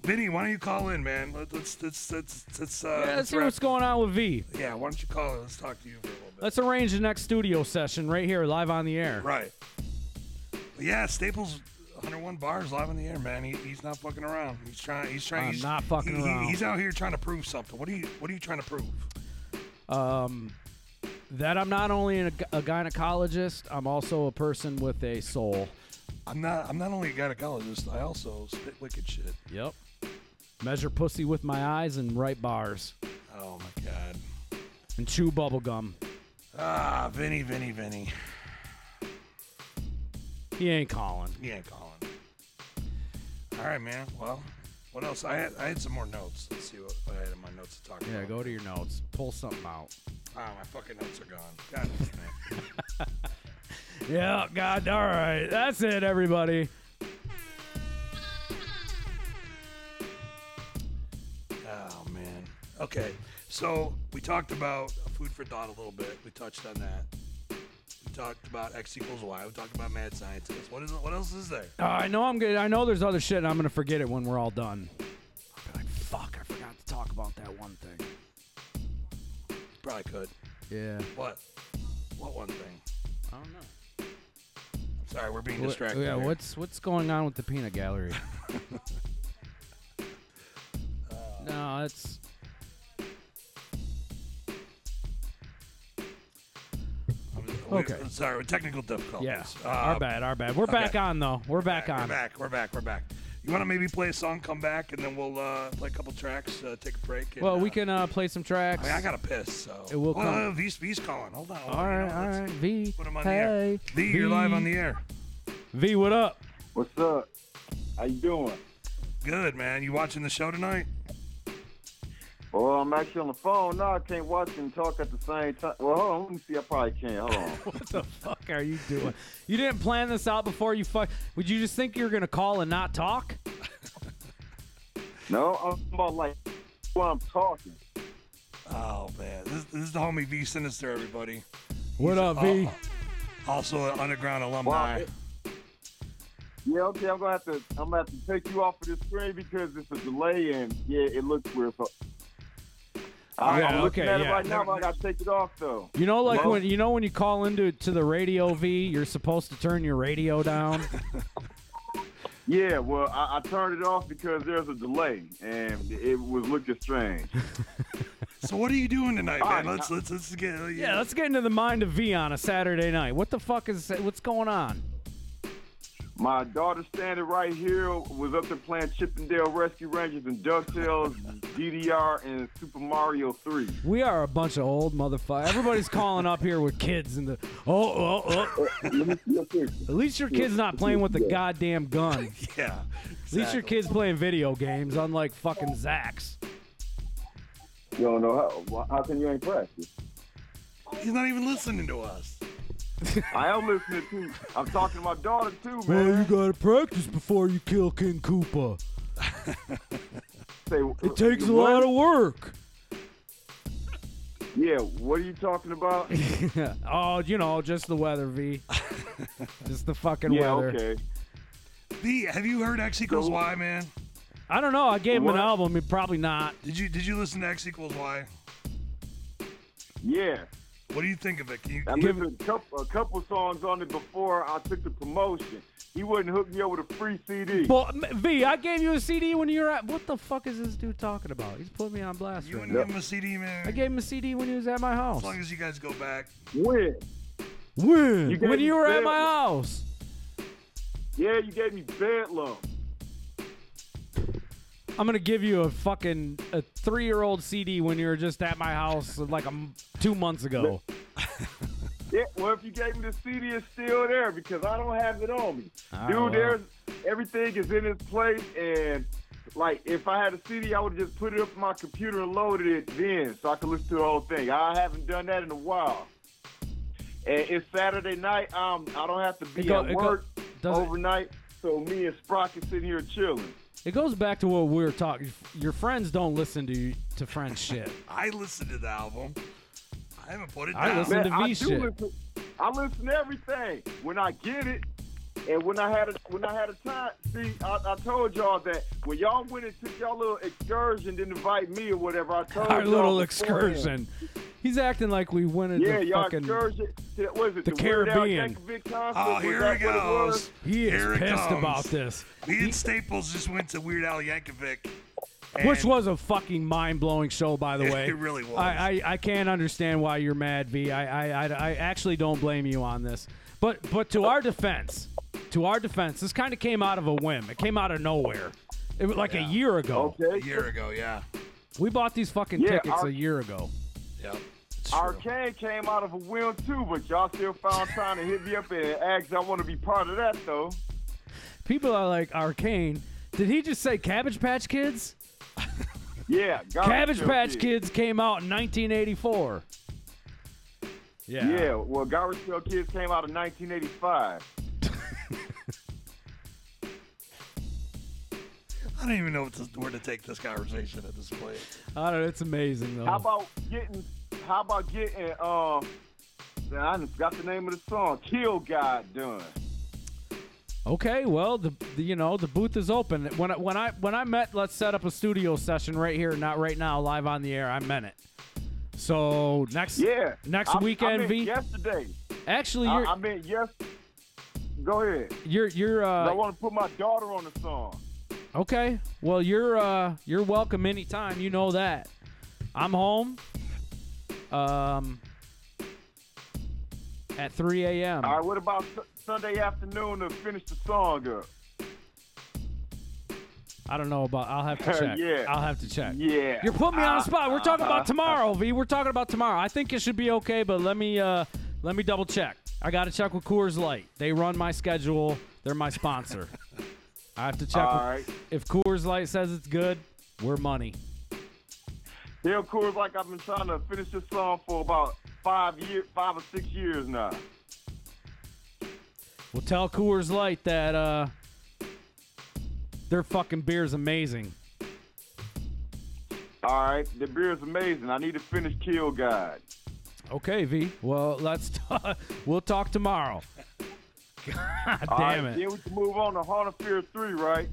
Vinny, why don't you call in, man? Let, let's let's let's let's uh, Yeah, let's hear wrap- what's going on with V. yeah. Why don't you call in? Let's talk to you for a little bit. Let's arrange the next studio session right here, live on the air. Right. But yeah, Staples 101 bars live in the air, man. He, he's not fucking around. He's trying. He's trying. I'm he's, not fucking he- he- around. he's out here trying to prove something. What are you? What are you trying to prove? Um, that I'm not only a, a gynecologist, I'm also a person with a soul. I'm not. I'm not only a gynecologist. I also spit wicked shit. Yep. Measure pussy with my eyes and write bars Oh my god. and chew bubble gum. Ah, Vinny, Vinny, Vinny. He ain't calling. He ain't calling. All right, man. Well, what else? I had. I had some more notes. Let's see what I had in my notes to talk Yeah, about. go to your notes. Pull something out. Ah, my fucking notes are gone. God damn it. Yeah, God, all right. That's it, everybody. Oh man. Okay. So we talked about food for thought a little bit. We touched on that. We talked about X equals Y. We talked about mad scientists. What is what else is there? Uh, I know I'm good. I know there's other shit, and I'm gonna forget it when we're all done. I'll be like, fuck, I forgot to talk about that one thing. Probably could. Yeah. What? What one thing? I don't know. I'm sorry, we're being distracted. yeah, here. uh, what's what's going on with the peanut gallery? no, it's. I'm just- we- okay. I'm sorry, we're technical difficulties. Yeah, Uh, our bad, our bad. We're back okay. on though. We're back We're on. back. We're back. We're back. You want to maybe play a song, come back, and then we'll uh, play a couple tracks, uh, take a break. And, Well, we uh, can uh, play some tracks. I, mean, I gotta piss, so It will Well, come. uh, V's, V's calling. Hold on. hold all on, you right, know, all let's right. V, Put him on the air. hey, V, you're live on the air. V, what up? What's up? How you doing? Good man. You watching the show tonight? Well, I'm actually on the phone. No, I can't watch and talk at the same time. Well, hold on. Let me see. I probably can't. Hold on. What the fuck are you doing? You didn't plan this out before you fuck. Would you just think you were gonna call and not talk? no, I'm about like while I'm talking. Oh man, this, this is the homie V Sinister, everybody. What up, V? Uh, also an underground Wow. alumni. Yeah, okay. I'm gonna have to. I'm gonna have to take you off of the screen because it's a delay and yeah, it looks weird. So oh, I, Yeah, I'm looking okay, at it yeah. right now. But I gotta take it off though. You know, like Hello? when you know when you call into to the radio V, you're supposed to turn your radio down. Yeah, well, I, I turned it off because there's a delay and it was looking strange. So what are you doing tonight, All man? right, Let's let's let's get yeah, let's get into the mind of V on a Saturday night. What the fuck is what's going on? My daughter standing right here was up there playing Chippendale Rescue Rangers and DuckTales, DDR, and Super Mario 3. We are a bunch of old motherfuckers. Everybody's calling up here with kids and the oh oh oh. Let me see your picture. At least your kid's not playing with the goddamn gun. yeah. At least your kid's playing video games, unlike fucking Zach's. You don't know how. well, How can you ain't practice? He's not even listening to us. I am listening to you. I'm talking to my daughter too, Well, you man. gotta practice before you kill King Koopa. Say, It takes a what? lot of work. Yeah, what are you talking about? oh, you know, just the weather, V. just the fucking yeah, weather. okay. V, have you heard X equals So- Y, man? I don't know. I gave him What? an album. He probably not. Did you did you listen to X equals Y? Yeah. What do you think of it? Can you, I listened to a couple, a couple songs on it before I took the promotion. He wouldn't hook me up with a free CD. Well, M- V, I gave you a CD when you were at. What the fuck is this dude talking about? He's putting me on blast you right wouldn't now. give him a CD, man? I gave him a CD when he was at my house. as long as you guys go back. When? When? You gave when me you were at bad my one. house. Yeah, you gave me Bedlam. I'm gonna give you a fucking a three year old CD when you were just at my house uh, like a m- two months ago. Yeah, well, if you gave me the CD, it's still there because I don't have it on me. Ah, Dude, well. there's everything is in its place, and like if I had a CD, I would just put it up on my computer and loaded it then, so I could listen to the whole thing. I haven't done that in a while. And it's Saturday night. Um, I don't have to be It go- it at go- work does it- overnight, so me and Sprocket sitting here chilling. It goes back to what we were talking. Your friends don't listen to you, to friend shit. I listened to the album. I haven't put it I down. listened- Listen to I V do shit. Listen, I listen to everything when I get it, and when I had a, when I had a time. See, I, I told y'all that when y'all went and took y'all little excursion, didn't invite me or whatever. I told Our y'all little excursion. beforehand. He's acting like we went into Yeah, y'all fucking. excursion. To, what is it? the the Weird Al Caribbean. Yankovic concert? Oh, Was here that it what it was? goes. He is Here it pissed comes. about this. Me and Staples just went to Weird Al Yankovic. and- Which was a fucking mind blowing show, by the It way. really was. I, I, I can't understand why you're mad, V. I, I, I, I actually don't blame you on this. But but to our defense, to our defense, this kind of came out of a whim. It came out of nowhere. It was like Yeah. a year ago. a Okay. year ago. Yeah. We bought these fucking Yeah, tickets our- a year ago. Yep. It's true. Arcane came out of a whim too, but y'all still found time to hit me up and ask. if I want to be part of that though. People are like, Arcane, did he just say Cabbage Patch Kids? Yeah, God Cabbage still Patch did. Kids came out in 1984. Yeah. Yeah, well, Garbage Pail Kids came out in 1985. I don't even know what to, where to take this conversation at this point. I don't know. It's amazing, though. How about getting? How about getting? Um, I just got the name of the song. Kill God done. Okay, well, the, the you know the booth is open. When I, when I when I met, let's set up a studio session right here, not right now, live on the air. I meant it. So next Yeah. next I- I weekend, meant V. Yesterday. Actually, I, you're Uh, I meant yes. Go ahead. you're you're I uh, want to put my daughter on the song. okay. Well, you're uh, you're welcome anytime. You know that. I'm home. Um. At 3 a.m. All right. What about su- Sunday afternoon to finish the song up? I don't know about. I'll have to check. Yeah. I'll have to check. Yeah. You're putting me on the spot. We're talking Uh, about tomorrow, V. We're talking about tomorrow. I think it should be okay, but let me uh, let me double check. I got to check with Coors Light. They run my schedule. They're my sponsor. I have to check All with- right. if Coors Light says it's good. We're money. Hell, Coors, like I've been trying to finish this song for about five year, five or six years now. We'll tell Coors Light that uh, their fucking beer's amazing. All right, the beer is amazing. I need to finish Kill God. Okay, V. Well, let's t- we'll talk tomorrow. God All damn right, it. Then we can move on to Heart of Fear 3, right?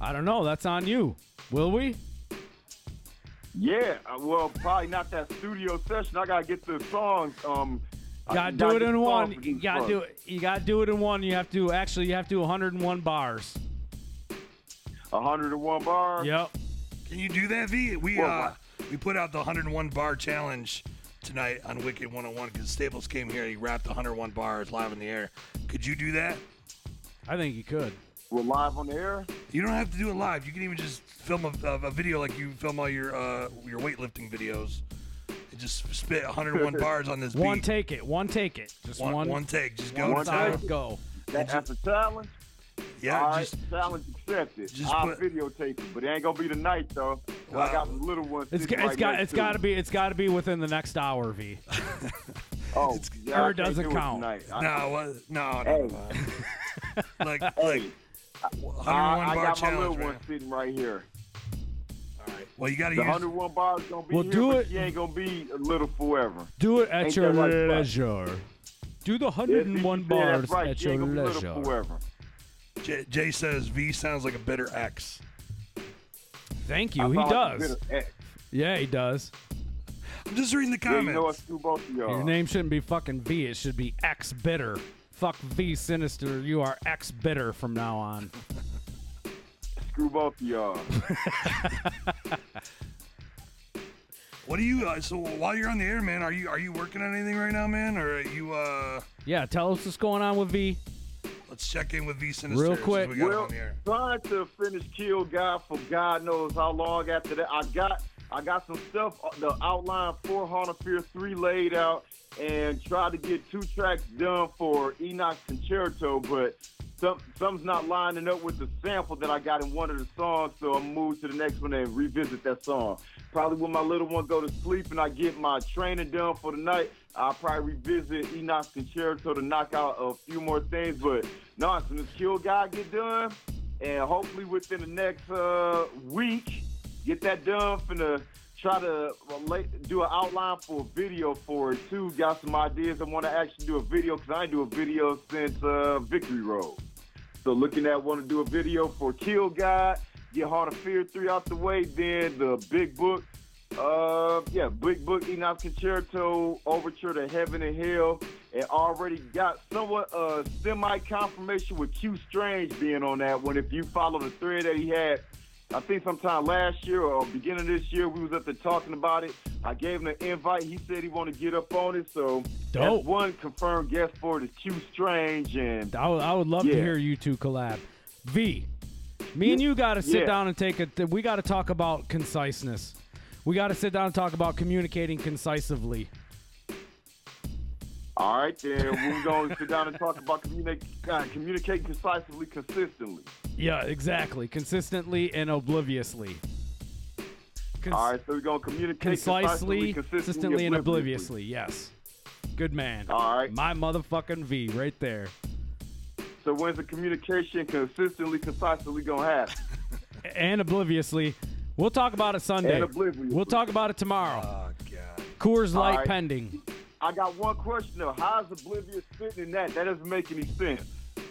I don't know. That's on you. Will we? Yeah, uh, well, probably not that studio session. I got to get the songs. Um, I Gotta gotta do it get in the one. songs You produced gotta first. do it. You gotta do it in one. You have to actually. You have to do 101 bars. 101 bars. Yep. Can you do that, V? We Well, uh, we put out the 101 bar challenge tonight on Wicked 101 because Staples came here. He rapped 101 bars live in the air. Could you do that? I think you could. We're live on the air. You don't have to do it live. You can even just film a, a, a video like you film all your uh, your weightlifting videos. And just spit 101 bars on this One beat. take it. One take it. Just one, one. one take. Just go one to town. time. Go. That, that's a challenge. Yeah, All right, just challenge accepted. just I'll put- videotape it, but it ain't gonna be tonight though. 'cause I got Wow. some little ones. It's, sitting it's right got. next It's to got to me. be. It's got to be within the next hour, V. Oh, yeah, I or it can't doesn't do count. tonight. I- no, what, no, no, no. like like 101 I, I bar got my little challenge. one man. sitting right here. All right. Well, you got to The use 101 bars gonna be Well, here, do but it. she ain't gonna be a little forever. Do it at Ain't your that right, Bob? leisure. Do the Yeah, 101 she said bars that's right. at she your ain't gonna be leisure. little forever. Jay, Jay says V sounds like a bitter ex. Thank I you. He sound like a does. bitter ex. Yeah, he does. I I'm just reading the Yeah, you know I comments. screw both of y'all. Your name shouldn't be fucking V. It should be X Bitter. Fuck V Sinister. You are X Bitter from now on. Screw both of y'all. What do you? Uh, so while you're on the air, man, are you are you working on anything right now, man? Or are you? uh Yeah, tell us what's going on with V. Let's check in with V Sinister. Real since quick. We got him well, on the air. trying to finish Kill God for God knows how long after that. I got I got some stuff, uh, the outline for Heart of Fear 3 laid out, and tried to get two tracks done for Enoch Concerto, but some, some's not lining up with the sample that I got in one of the songs, so I moved to the next one and revisit that song. Probably when my little one go to sleep and I get my training done for the night, I'll probably revisit Enoch Concerto to knock out a few more things. But no, as soon as Kill God get done, and hopefully within the next uh, week, get that done. Finna try to relate, do an outline for a video for it too. Got some ideas. I want to actually do a video because I ain't do a video since uh, Victory Road. So looking at want to do a video for Kill God, get Heart of Fear three out the way, then the Big Book. Uh, yeah, Big Book, Enoch Concerto, Overture to Heaven and Hell, and already got somewhat uh semi confirmation with Q Strange being on that one. If you follow the thread that he had, I think sometime last year or beginning of this year, we was up there talking about it. I gave him an invite. He said he want to get up on it, so Dope. that's one confirmed guest for it is Q Strange and I would, I would love to Yeah. hear you two collab. V, me and you got to sit Yeah. down and take a. Th- we got to talk about conciseness. We got to sit down and talk about communicating concisively. All right, then we're going to sit down and talk about communicate, uh, communicate concisely, consistently. Yeah, exactly. Consistently and obliviously. Cons- All right, so we're going to communicate concisely, concisely, consistently, and obliviously. Yes. Good man. All right. My motherfucking V right there. So when's the communication consistently, concisely going to happen? And obliviously. We'll talk about it Sunday. And obliviously. We'll talk about it tomorrow. Oh god. Coors Light right. pending. I got one question though. How's oblivious fitting in that? That doesn't make any sense.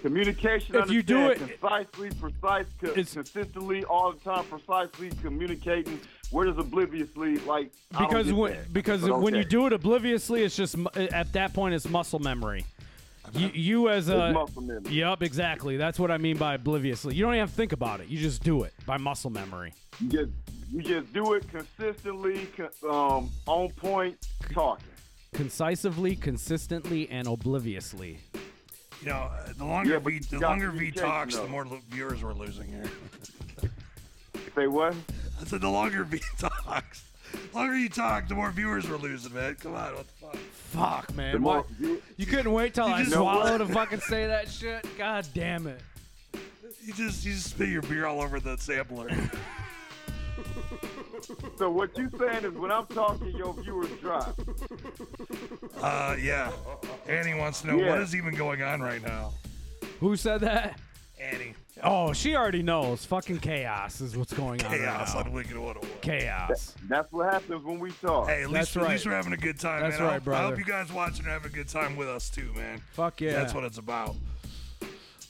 Communication. If you do understand, it- concisely, precise, co- It's- consistently, all the time, precisely communicating. Where does obliviously like? I don't because get when that. because But when you okay. do it obliviously, it's just mu- at that point it's muscle memory. You, you as a Uh-huh. It's muscle memory. Yep, exactly. That's what I mean by obliviously. You don't even have to think about it. You just do it by muscle memory. You just you just do it consistently, co- um, on point, talking. Concisively, consistently, and obliviously. You know, uh, the longer Yeah, but V the you got longer V communication, talks, the though. more lo- viewers we're losing here. Say what? I said the longer V talks, the longer you talk, the more viewers we're losing, man. Come on, what the fuck? Fuck, man. The Why- more you, You couldn't wait till You I just- swallow to fucking say that shit. God damn it. You just you just spit your beer all over the sampler. so what you saying is when I'm talking, your viewers drop. Uh, yeah. Annie wants to know what Yeah. is even going on right now. Who said that? Annie, Oh, she already knows. Fucking chaos is what's going on. right chaos now. on Wicked One. Chaos. That's what happens when we talk. Hey, at That's least, at least right. we're having a good time, That's man. I right, hope- I brother. hope you guys watching are having a good time with us too, man. Fuck yeah. That's what it's about.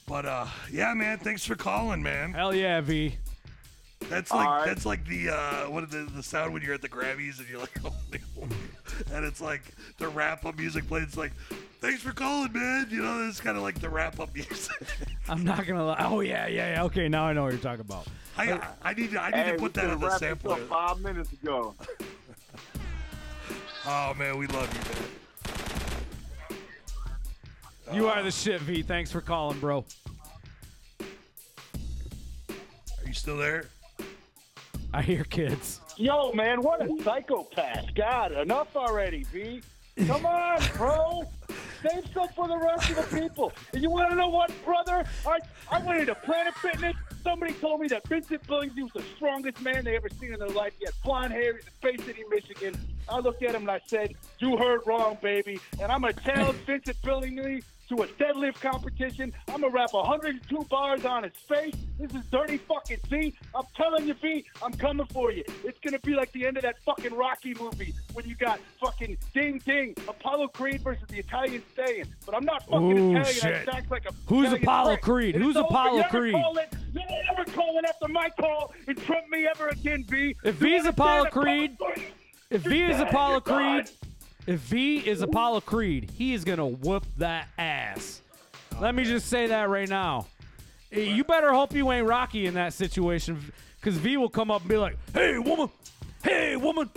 But uh, yeah, man. Thanks for calling, man. Hell yeah, V. That's like All right. that's like the uh, what is the, the sound when you're at the Grammys and you're like, oh, no. and it's like the wrap up music plays. It's like, thanks for calling, man. You know, it's kind of like the wrap up music. I'm not gonna lie. Oh yeah, yeah, yeah. Okay, now I know what you're talking about. I, I I need to I need Hey, to we put that coulda on the wrapped this sampler. up five minutes ago. Oh man, we love you, man. You are the shit, V. Thanks for calling, bro. Are you still there? I hear kids. Yo, man, what a psychopath. God, enough already, B. Come on, bro. Save some for the rest of the people. And you want to know what, brother? I, I went into Planet Fitness. Somebody told me that Vincent Billingsley was the strongest man they ever seen in their life. He had blonde hair. He's in Bay City, Michigan. I looked at him and I said, you heard wrong, baby. And I'm going to challenge Vincent Billingsley to a deadlift competition. I'm gonna wrap 102 bars on his face. This is dirty fucking Z. I'm telling you, V, I'm coming for you. It's gonna be like the end of that fucking Rocky movie when you got fucking Ding Ding, Apollo Creed versus the Italian Stallion. But I'm not fucking Ooh, Italian. shit. I act like a Who's Italian Apollo prick. Creed? And Who's it's over. Apollo You're never Creed? calling- You're never calling after my call and trump me ever again, V. If You V's understand Apollo Apollo Creed- Creed? If V is Just Apollo hang on. Creed, if V is Apollo Creed, he is gonna whoop that ass. Let me just say that right now. Eh, You better hope you ain't Rocky in that situation, because V will come up and be like, "Hey, woman, hey, woman."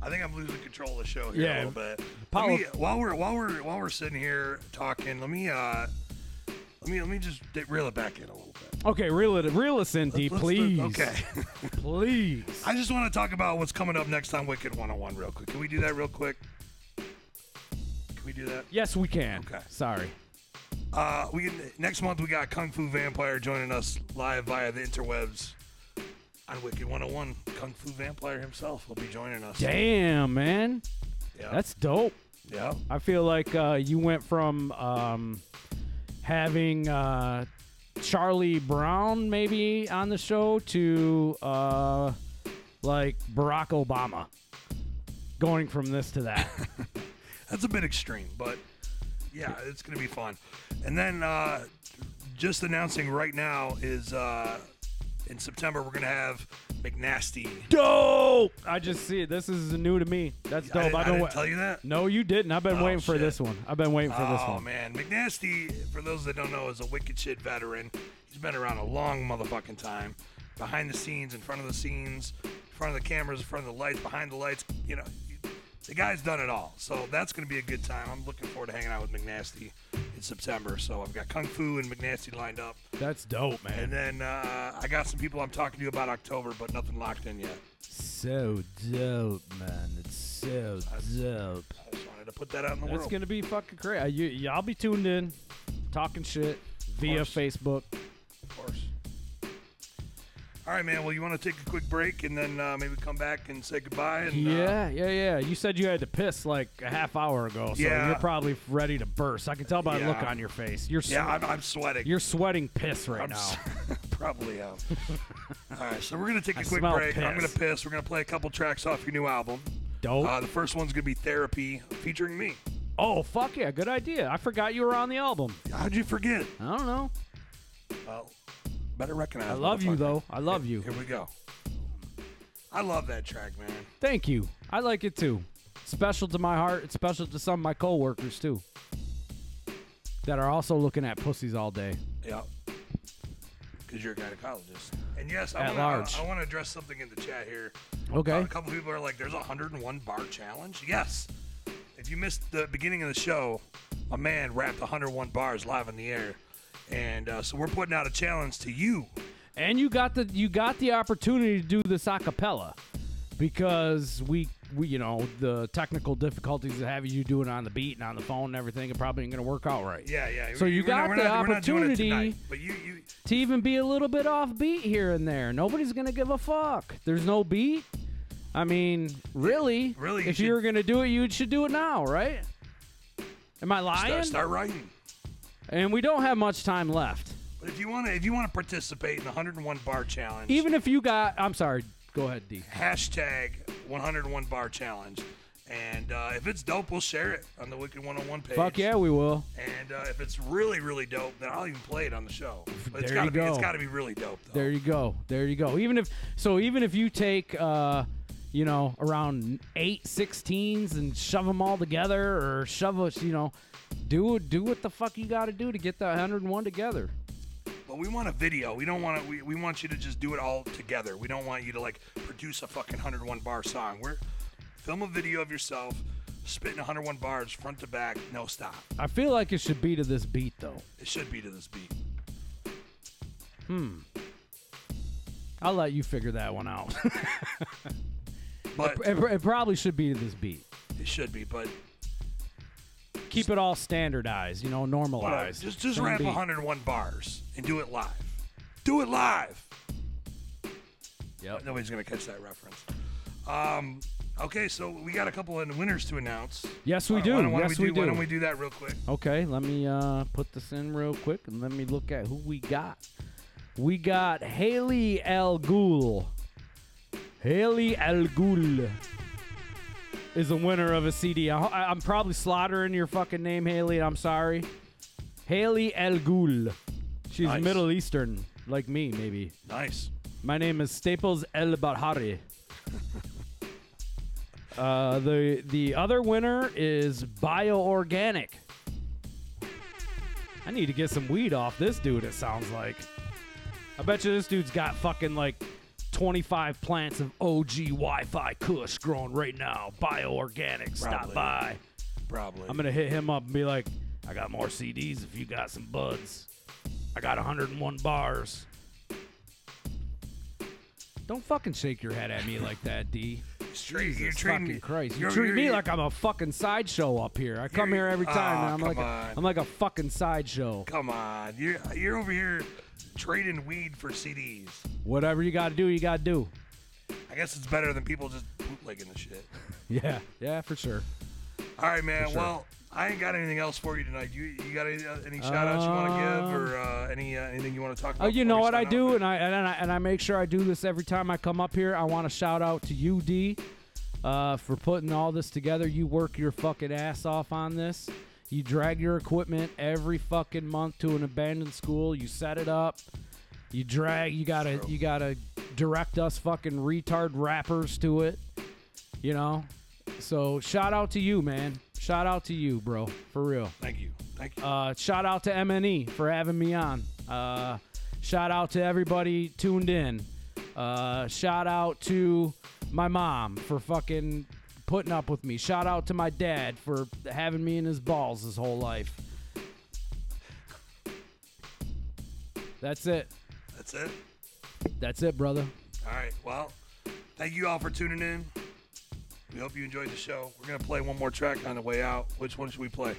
I think I'm losing control of the show here Yeah. a little bit. Paulo- Let me, while we're while we're while we're sitting here talking, let me uh, let me let me just d- reel it back in a little bit. Okay, reel it, reel us in, D, Let's- please, Okay. please. I just want to talk about what's coming up next on Wicked 101 real quick. Can we do that real quick? Can we do that? Yes, we can. Okay. Sorry. Uh, we can, next month we got Kung Fu Vampire joining us live via the interwebs on Wicked 101. Kung Fu Vampire himself will be joining us. Damn, man, Yeah. that's dope. yeah. I feel like uh, you went from um, having uh, Charlie Brown maybe on the show to uh, like Barack Obama. Going from this to that. That's a bit extreme, but yeah, it's gonna be fun. And then uh, just announcing right now is uh, in September we're gonna have McNasty. dope! I just see it. This is new to me. That's I dope. didn't, I've I been didn't wa- tell you that. No, you didn't. I've been Oh, waiting for shit. this one. I've been waiting for this Oh one. man, McNasty. For those that don't know, is a wicked shit veteran. He's been around a long motherfucking time. Behind the scenes, in front of the scenes, in front of the cameras, in front of the lights, behind the lights. You know, the guy's done it all. So that's gonna be a good time. I'm looking forward to hanging out with McNasty in September. So I've got Kung Fu and McNasty lined up. That's dope, And man. then uh, I got some people I'm talking to about October, but nothing locked in yet. So dope, man. It's so dope. I just wanted to put that out in the That's world. gonna be fucking crazy. You, you, I'll be tuned in, talking shit via course. Facebook. Of course. All right, man. Well, you want to take a quick break and then uh, maybe come back and say goodbye? And, uh, yeah, yeah, yeah. You said you had to piss like a half hour ago, so Yeah. you're probably ready to burst. I can tell by the look Yeah. on your face. You're yeah, swe- I'm, I'm sweating. you're sweating piss right I'm now. s- probably am. All right, so we're gonna take a I quick smell break. I'm gonna piss. Oh. piss. We're gonna play a couple tracks off your new album. Dope. Uh, the first one's gonna be Therapy, featuring me. oh fuck yeah, good idea. I forgot you were on the album. How'd you forget? I don't know. Well, better recognize. I love you motherfucker. though. I love you. Here we go. I love that track, man. Thank you. I like it too. Special to my heart. It's special to some of my coworkers too, that are also looking at pussies all day. Yeah. Because you're a gynecologist. And yes, At I want large. to I, want to address something in the chat here. Okay. Uh, a couple people are like, "There's a 101 bar challenge." Yes. If you missed the beginning of the show, my man rapped 101 bars live in the air, and uh, so we're putting out a challenge to you. And you got the you got the opportunity to do this a cappella because we we you know the technical difficulties of having you do it on the beat and on the phone and everything it probably ain't gonna work out right. Yeah, yeah. So you we're not- got we're the not- we're not doing it opportunity tonight, but you, you, To even be a little bit off beat here and there, nobody's gonna give a fuck. There's no beat. I mean, really, Really, you if should- you were gonna do it, you should do it now, right? Am I lying? start, start writing. And we don't have much time left. But if you want to, if you want to participate in the 101 bar challenge, Even if you got, I'm sorry. Go ahead, D. hashtag 101 bar challenge and uh, if it's dope we'll share it on the wicked 101 page Fuck yeah, we will. and uh, if it's really really dope then i'll even play it on the show but it's There gotta you be it's go. gotta be really dope though There you go. There you go. Even if so, even if you take uh, you know, around eight 16s and shove them all together, or shove us, you know, do do what the fuck you got to do to get that 101 together. but we want a video we don't want to we, we want you to just do it all together we don't want you to like produce a fucking 101 bar song we're film a video of yourself spitting 101 bars front to back no stop I feel like it should be to this beat though. it should be to this beat I'll let you figure that one out. but it, it probably should be to this beat. it should be but Keep it all standardized, you know, Whatever. normalized. Just just Same rap beat. 101 bars and do it live. Do it live. Yep. Nobody's gonna catch that reference. Um, okay, so we got a couple of winners to announce. Uh, Yes, we Why- do. Why don't, why don't Yes, we we do, Why do. don't we do that real quick? Okay, let me uh, put this in real quick and let me look at who we got. We got Haley El Ghul. Haley El Ghul is the winner of a CD. I, I- I'm probably slaughtering your fucking name, Haley. I'm sorry. Haley El Ghul. She's Nice. Middle Eastern, like me, maybe. Nice. My name is Staples El Barhari. Uh, the the other winner is bioorganic. I need to get some weed off this dude. It sounds like. I bet you this dude's got fucking like 25 plants of OG Wi-Fi Kush growing right now. Bioorganic. Stop Probably. by. Probably. I'm gonna hit him up and be like, I got more CDs if you got some buds. I got 101 bars. Don't fucking shake your head at me like that, D. Straight- Jesus treating fucking me- Christ! You you're- treat you're- me you're- like I'm a fucking sideshow up here. I come here every time, Aw, and I'm like, come a, on. I'm like a fucking sideshow. Come on, you're you're over here trading weed for CDs. Whatever you gotta do, you gotta do. I guess it's better than people just bootlegging the shit. Yeah, yeah, for sure. All right, man. sure. Well, I ain't got anything else for you tonight. You you got any, uh, any shout outs you want to give or uh, any uh, anything you want to talk Oh, about? before you know we what I sign do, off? and I, and I and I make sure I do this every time I come up here. I want to shout out to you, D, uh, for putting all this together. You work your fucking ass off on this. You drag your equipment every fucking month to an abandoned school. You set it up. You drag. You gotta. You gotta direct us fucking retard rappers to it. You know. So shout out to you, man. Shout out to you, bro. For real. Thank you. Thank you. Uh, shout out to MNE for having me on. Uh, shout out to everybody tuned in. Uh, shout out to my mom for fucking putting up with me. Shout out to my dad for having me in his balls his whole life. That's it. That's it. That's it, brother. All right. Well, thank you all for tuning in. We hope you enjoyed the show. We're gonna play one more track on the way out. Which one should we play?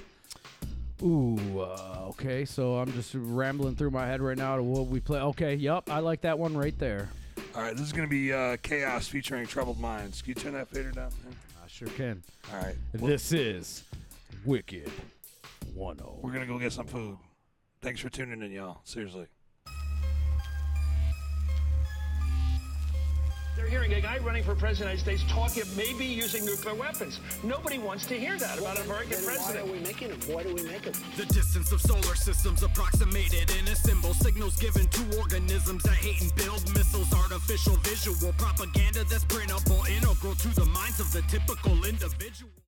Ooh, uh, okay. So I'm just rambling through my head right now to what we play. Okay, yep. I like that one right there. All right. This is gonna be uh, Chaos featuring Troubled Minds. Can you turn that fader down, man? I sure can. All right. This is Wicked oh. 1 0. We're gonna go get some food. Thanks for tuning in, y'all. Seriously. They're hearing a guy running for president of the United States talking of maybe using nuclear weapons. Nobody wants to hear that about an American president. Why are we making them? Why do we make them? The distance of solar systems approximated in a symbol. Signals given to organisms that hate and build missiles. Artificial visual propaganda that's printable, integral to the minds of the typical individual.